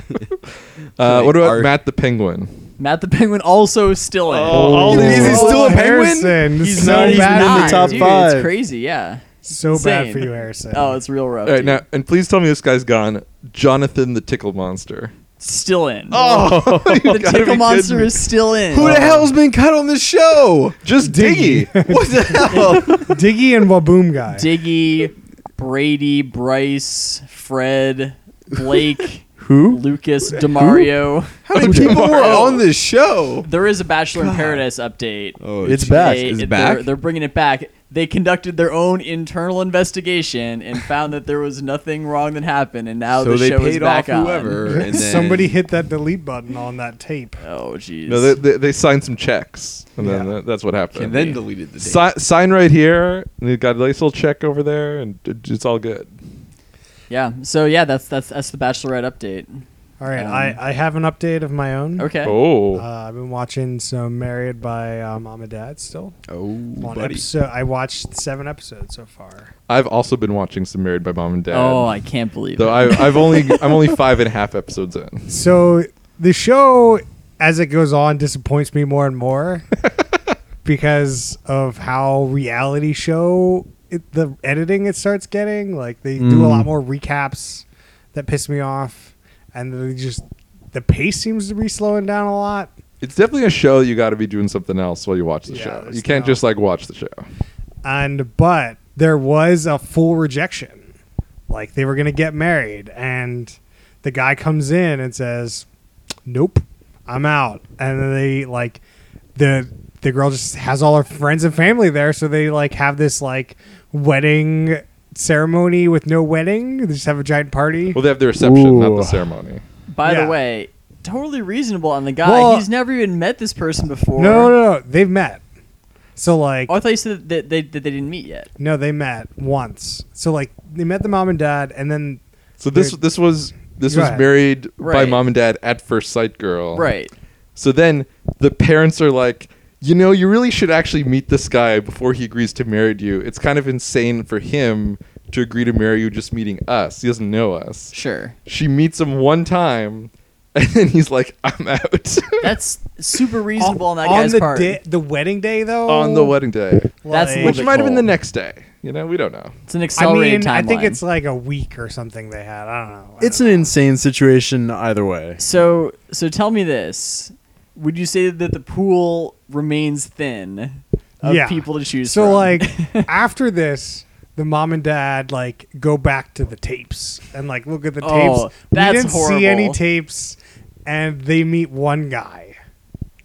S3: uh, what about
S5: Our-
S3: Matt the Penguin?
S4: Matt the Penguin also still in.
S3: all
S1: Oh,
S5: these- Is he still a penguin?
S1: Harrison,
S2: He's
S1: so
S2: not even
S1: bad
S2: in
S1: for
S2: the
S1: you.
S2: top
S4: dude,
S2: five.
S4: It's crazy, yeah.
S1: So bad
S4: Insane.
S1: for you, Harrison.
S4: Oh, it's real rough.
S3: All right
S4: dude.
S3: now, and please tell me this guy's gone. Jonathan the Tickle Monster.
S4: Still in.
S3: Oh,
S4: the tickle monster is still in.
S5: Who the hell's been cut on this show?
S3: just Diggy.
S5: What the hell?
S1: Diggy and Waboom guy.
S4: Diggy, Brady, Bryce, Fred, Blake,
S2: Who?
S4: Lucas Demario.
S5: How many people were on this show?
S4: There is a Bachelor in Paradise update.
S5: Oh,
S2: It's
S5: jeez.
S2: back.
S4: They,
S5: It's
S4: they're,
S5: back.
S4: they're bringing it back. They conducted their own internal investigation and found that there was nothing wrong that happened, and now
S5: so
S4: the
S5: they
S4: show is
S5: paid off
S4: back on.
S5: whoever, and then
S1: Somebody hit that delete button on that tape.
S4: Oh, jeez.
S3: No, they, they, they signed some checks, and then
S1: Yeah.
S3: that, that's what happened.
S5: and then deleted the date.
S3: Si- sign right here, and they got a nice little check over there, and it- it's all good.
S4: yeah. So yeah, that's that's that's the Bachelorette update.
S1: All right,
S4: Um,
S1: I, I have an update of my own.
S4: Okay.
S3: Oh,
S1: Uh, I've been watching some Married by uh, Mom and Dad still.
S5: oh,
S1: On
S5: buddy.
S1: episode, I watched seven episodes so far.
S3: I've also been watching some Married by Mom and Dad.
S4: Oh, I can't believe
S3: though
S4: it.
S3: I, I've only I'm only five and a half episodes in.
S1: So the show, as it goes on, disappoints me more and more because of how reality show it, the editing it starts getting. Like they do a lot more recaps that piss me off, and they just the pace seems to be slowing down a lot.
S3: It's definitely a show you got to be doing something else while you watch the
S1: Yeah,
S3: show.
S1: there's
S3: You can't
S1: no-
S3: just like watch the show.
S1: and but there was a full rejection like they were gonna get married and the guy comes in and says nope i'm out and then they like the the girl just has all her friends and family there so they like have this like wedding ceremony with no wedding they just have a giant party
S3: Well, they have the reception, not the
S2: Ooh.
S3: ceremony.
S4: By
S1: yeah.
S4: the way, totally reasonable on the guy.
S1: Well-
S4: He's never even met this person before.
S1: no no no they've met so like
S4: Oh, I thought you said that they, that they didn't meet yet.
S1: no they met once so like they met the mom and dad and then
S3: So this
S1: They're-
S3: this was this was
S1: Right.
S3: Married by
S4: Right.
S3: Mom and Dad at First Sight girl.
S4: Right.
S3: So then the parents are like, you know, you really should actually meet this guy before he agrees to marry you. It's kind of insane for him to agree to marry you just meeting us. He doesn't know us.
S4: Sure.
S3: She meets him one time, and then he's like, I'm out
S4: That's super reasonable on, that guy's
S1: the
S4: part.
S1: di- the wedding day though
S3: on the wedding day,
S4: That's
S1: Like-
S4: Oh. What
S3: which
S4: they
S3: might have been the
S4: call-
S3: next day. You know, we don't know.
S4: It's an
S1: I
S4: accelerated
S1: mean, I think
S4: timeline.
S1: it's like a week or something they had. I don't know. I
S2: It's
S1: don't
S2: an insane situation either way.
S4: so so. Tell me this: Would you say that the pool remains thin of
S1: Yeah.
S4: people to
S1: know.
S4: choose
S1: so
S4: from?
S1: like after this, the mom and dad like go back to the tapes and like look at the
S4: Oh,
S1: tapes. We
S4: that's
S1: didn't see any
S4: horrible.
S1: tapes, and they meet one guy.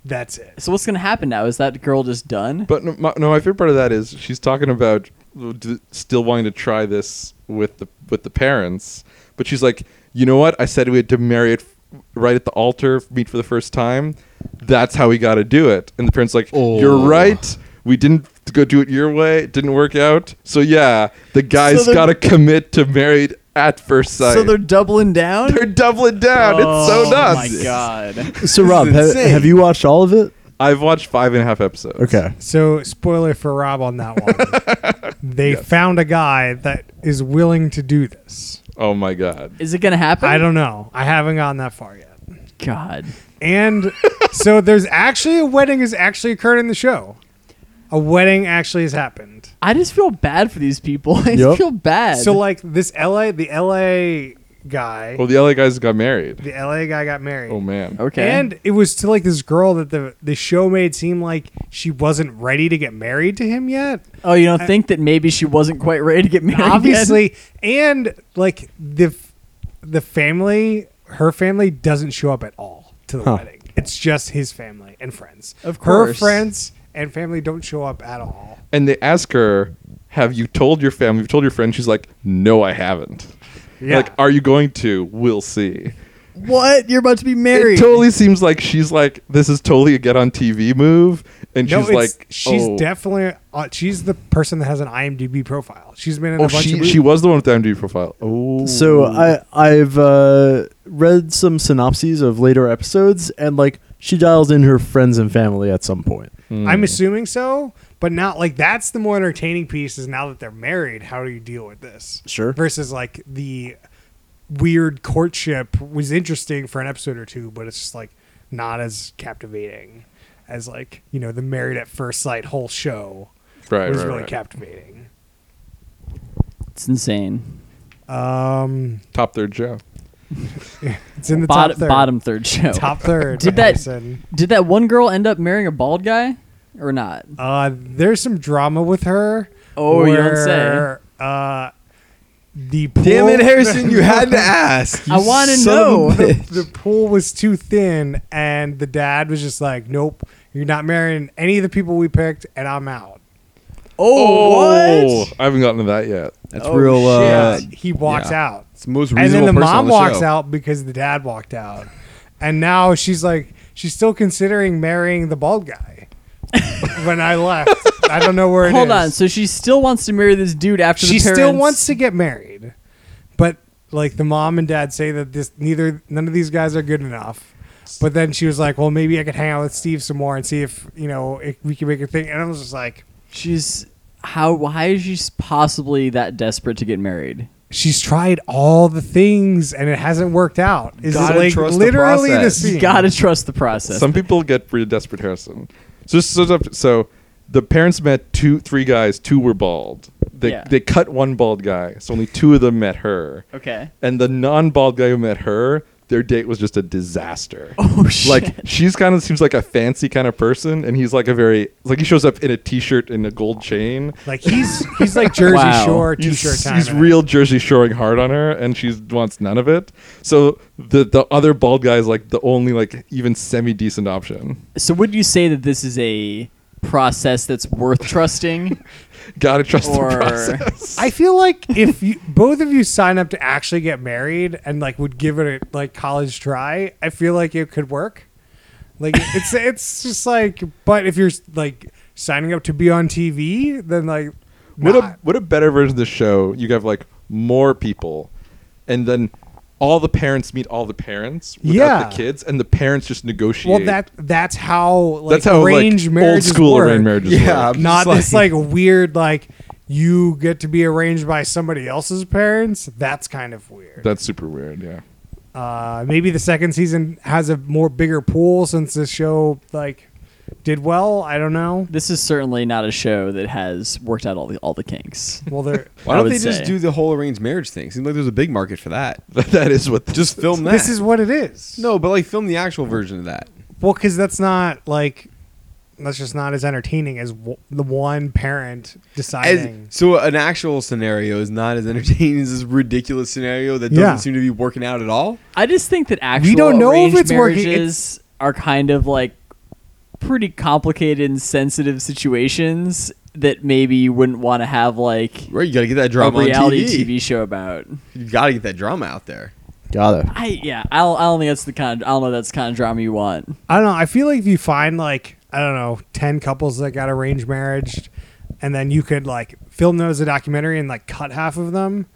S1: That's it.
S4: so what's gonna happen now? Is that girl just done?
S3: But no, my, no, my favorite part of that is she's talking about d- still wanting to try this with the with the parents, but she's like, you know what? I said we had to marry it f- right at the altar, meet for the first time. That's how we got to do it. And the parents like, you're
S2: Oh.
S3: right. We didn't go do it your way. It didn't work out. So yeah, the guy's
S4: they're-
S3: got to commit to married at first sight.
S4: so they're doubling down.
S3: They're doubling down. it's so
S4: Oh
S3: nuts.
S4: my god.
S2: So
S5: is
S2: Rob, ha-
S5: insane.
S2: have you watched all of it?
S3: I've watched five and a half episodes.
S2: Okay.
S1: So spoiler for Rob on that one. they found a guy that is willing to do this.
S3: Oh my god.
S4: Is it gonna happen?
S1: I don't know. I haven't gotten that far yet.
S4: God.
S1: And so there's actually a wedding has actually occurred in the show. A wedding actually has happened.
S4: I just feel bad for these people. I
S2: Yep.
S4: just feel bad.
S1: So like this LA the LA guy
S3: Well, the LA guys got married.
S1: the LA guy got married.
S3: Oh man.
S4: okay.
S1: And it was to like this girl that the the show made seem like she wasn't ready to get married to him yet.
S4: oh, you don't think that maybe she wasn't quite ready to get married? yet?
S1: Obviously, and like the f- the family her family doesn't show up at all to the
S2: Huh.
S1: wedding. It's just his family and friends.
S4: Of
S1: Her
S4: course.
S1: friends and family don't show up at all.
S3: and they ask her, "Have you told your family? You've told your friend?" She's like, "No, I haven't."
S1: Yeah.
S3: Like, are you going to? We'll see.
S4: What? You're about to be married?
S3: It totally seems like she's like, "This is totally a get on TV move," and
S1: No,
S3: she's
S1: it's-
S3: like,
S1: she's
S3: "Oh,
S1: definitely uh, she's the person that has an IMDb profile. She's been in
S3: oh
S1: a bunch of
S3: she
S1: movies.
S3: she was the one with the MD profile." Oh,
S2: So I I've uh, read some synopses of later episodes, and like she dials in her friends and family at some point.
S3: Hmm.
S1: I'm assuming so, but not like that's the more entertaining piece is now that they're married. How do you deal with this?
S2: Sure.
S1: Versus like the weird courtship was interesting for an episode or two, but it's just like not as captivating as like you know the married at first sight whole show
S3: right,
S1: was
S3: right,
S1: really
S3: right.
S1: captivating.
S4: It's insane.
S1: Um,
S3: top third show.
S1: it's in the
S4: Bottom
S1: top third.
S4: bottom third show.
S1: Top third.
S4: Did that-
S1: Harrison.
S4: Did that one girl end up marrying a bald guy or not?
S1: Uh, there's some drama with her.
S4: Oh, you don't say.
S1: where, Uh, the pool,
S5: Damn it, Harrison! You had to ask.
S4: I want to
S5: son
S4: know.
S5: of a bitch.
S1: the pool was too thin, and the dad was just like, "Nope, you're not marrying any of the people we picked, and I'm out."
S4: Oh, what?
S3: I haven't gotten to that yet.
S5: That's
S4: Oh,
S5: real. Uh,
S4: shit.
S1: He walks
S5: yeah.
S1: out,
S5: It's the most
S1: and then
S5: reasonable
S1: the
S5: person on
S1: mom
S5: the
S1: walks
S5: show.
S1: out because the dad walked out, and now she's like, she's still considering marrying the bald guy. when I left, I don't know where it is.
S4: Hold on. So she still wants to marry this dude after
S1: she
S4: the parents.
S1: still wants to get married, but like the mom and dad say that this neither none of these guys are good enough. But then she was like, "Well, maybe I could hang out with Steve some more and see if you know if we can make a thing." And I was just like,
S4: She's how? Why is she possibly that desperate to get married?
S1: "She's tried all the things and it hasn't worked out." Is
S5: Gotta
S1: like
S5: trust the
S1: literally the,
S5: process.
S1: scene.
S4: Gotta trust the process.
S3: Some people get pretty desperate, Harrison. So, so, so the parents met two, three guys. Two were bald. They
S4: Yeah.
S3: they cut one bald guy, so only two of them met her.
S4: okay.
S3: And the non-bald guy who met her, their date was just a disaster.
S4: Oh shit.
S3: Like she's kind of seems like a fancy kind of person, and he's like a very like he shows up in a t-shirt and a gold chain.
S1: Like he's he's like Jersey
S4: Wow.
S1: Shore
S3: He's-
S1: t-shirt time.
S3: He's
S1: in it.
S3: real Jersey shoring hard on her, and she wants none of it. So the the other bald guy is like the only like even semi decent option.
S4: so would you say that this is a process that's worth trusting?
S3: Gotta trust
S4: Or-
S3: the process.
S1: I feel like if you both of you sign up to actually get married and like would give it a like college try, I feel like it could work. Like it's it's just like, but if you're like signing up to be on TV, then like,
S3: What
S1: not.
S3: a what a better version of the show. You have like more people, and then all the parents meet all the parents without
S1: Yeah.
S3: the kids, and the parents just negotiate.
S1: well that that's how like
S3: that's how
S1: arranged
S3: like old
S1: marriages
S3: school
S1: work.
S3: arranged marriages.
S5: Yeah.
S3: work.
S5: I'm
S1: not
S5: just
S1: this like weird like you get to be arranged by somebody else's parents. That's kind of weird.
S3: that's super weird. Yeah,
S1: Uh, maybe the second season has a more bigger pool since this show like did well. I don't know.
S4: this is certainly not a show that has worked out all the all the kinks.
S1: Well, there.
S5: Why
S4: I
S5: don't
S4: would
S5: they just
S4: say.
S5: do the whole arranged marriage thing? Seems like there's a big market for that.
S3: that is what the,
S5: Just film that.
S1: this is what it is.
S5: no, but like film the actual version of that.
S1: Well, because that's not like that's just not as entertaining as w- the one parent
S5: As-
S1: deciding.
S5: so an actual scenario is not as entertaining as this ridiculous scenario that doesn't
S1: Yeah.
S5: seem to be working out at all.
S4: I just think that actual
S1: We don't know if
S4: arranged
S1: it's working. It's-
S4: marriages are kind of like pretty complicated and sensitive situations that maybe you wouldn't want to have like
S5: Right, you got to get that
S4: a
S5: drama on
S4: reality
S5: TV.
S4: TV. show about.
S5: You got to get that drama out there.
S2: Gotta.
S4: I yeah, I don't, I don't think that's the kind. Of, I don't know that's the kind of drama you want.
S1: I don't know. I feel like if you find like I don't know ten couples that got arranged marriage, and then you could like film those a documentary and like cut half of them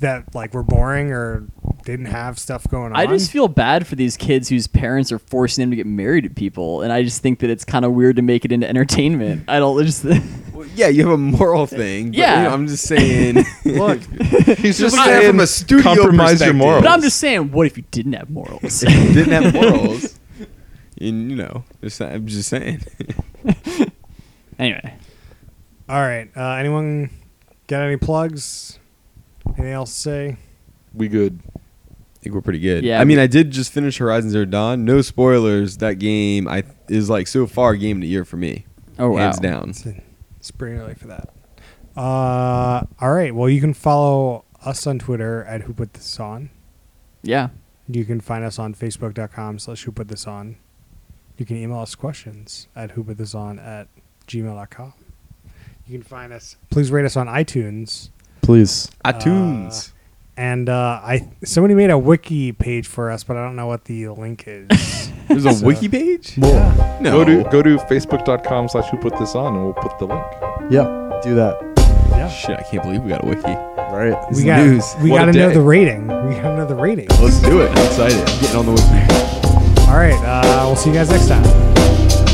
S1: that like were boring or didn't have stuff going on.
S4: I just feel bad for these kids whose parents are forcing them to get married to people, and I just think that it's kind of weird to make it into entertainment. I don't just.
S5: Well, yeah, you have a moral thing. But,
S4: Yeah.
S5: you know, I'm just saying.
S1: look.
S3: he's
S5: just looking at it from a studio
S3: compromise your
S5: perspective.
S3: morals.
S4: But I'm just saying, what if you didn't have morals?
S5: didn't have morals. And you know, just, I'm just saying.
S4: anyway,
S1: All right. Uh, anyone got any plugs? Anything else to say?
S3: we good.
S5: I think we're pretty good.
S4: Yeah.
S5: I mean, I did just finish Horizon Zero Dawn. No spoilers. That game I is like so far game of the year for me.
S4: oh wow,
S5: Hands down.
S1: It's pretty early for that. Uh, all right. Well, you can follow us on Twitter at Who Put This On.
S4: yeah.
S1: You can find us on Facebook.com slash Who Put This On. You can email us questions at Who Put This On at gmail.com. You can find us. Please rate us on iTunes.
S2: Please.
S5: iTunes.
S1: And uh, I somebody made a wiki page for us, but I don't know what the link is.
S5: There's a
S1: Uh, so-
S5: wiki page.
S1: Yeah.
S5: No.
S3: Go to go to facebook.com slash who put this on, and we'll put the link.
S2: Yeah. Do that.
S1: yeah.
S5: Shit, I can't believe we got a wiki.
S2: Right.
S1: We
S5: It's
S1: got
S5: news.
S1: we
S3: What
S1: got
S3: a
S1: to know
S3: day.
S1: the rating. We got to know the rating.
S5: Let's do it. I'm excited. I'm getting on the wiki.
S1: All right. Uh, we'll see you guys next time.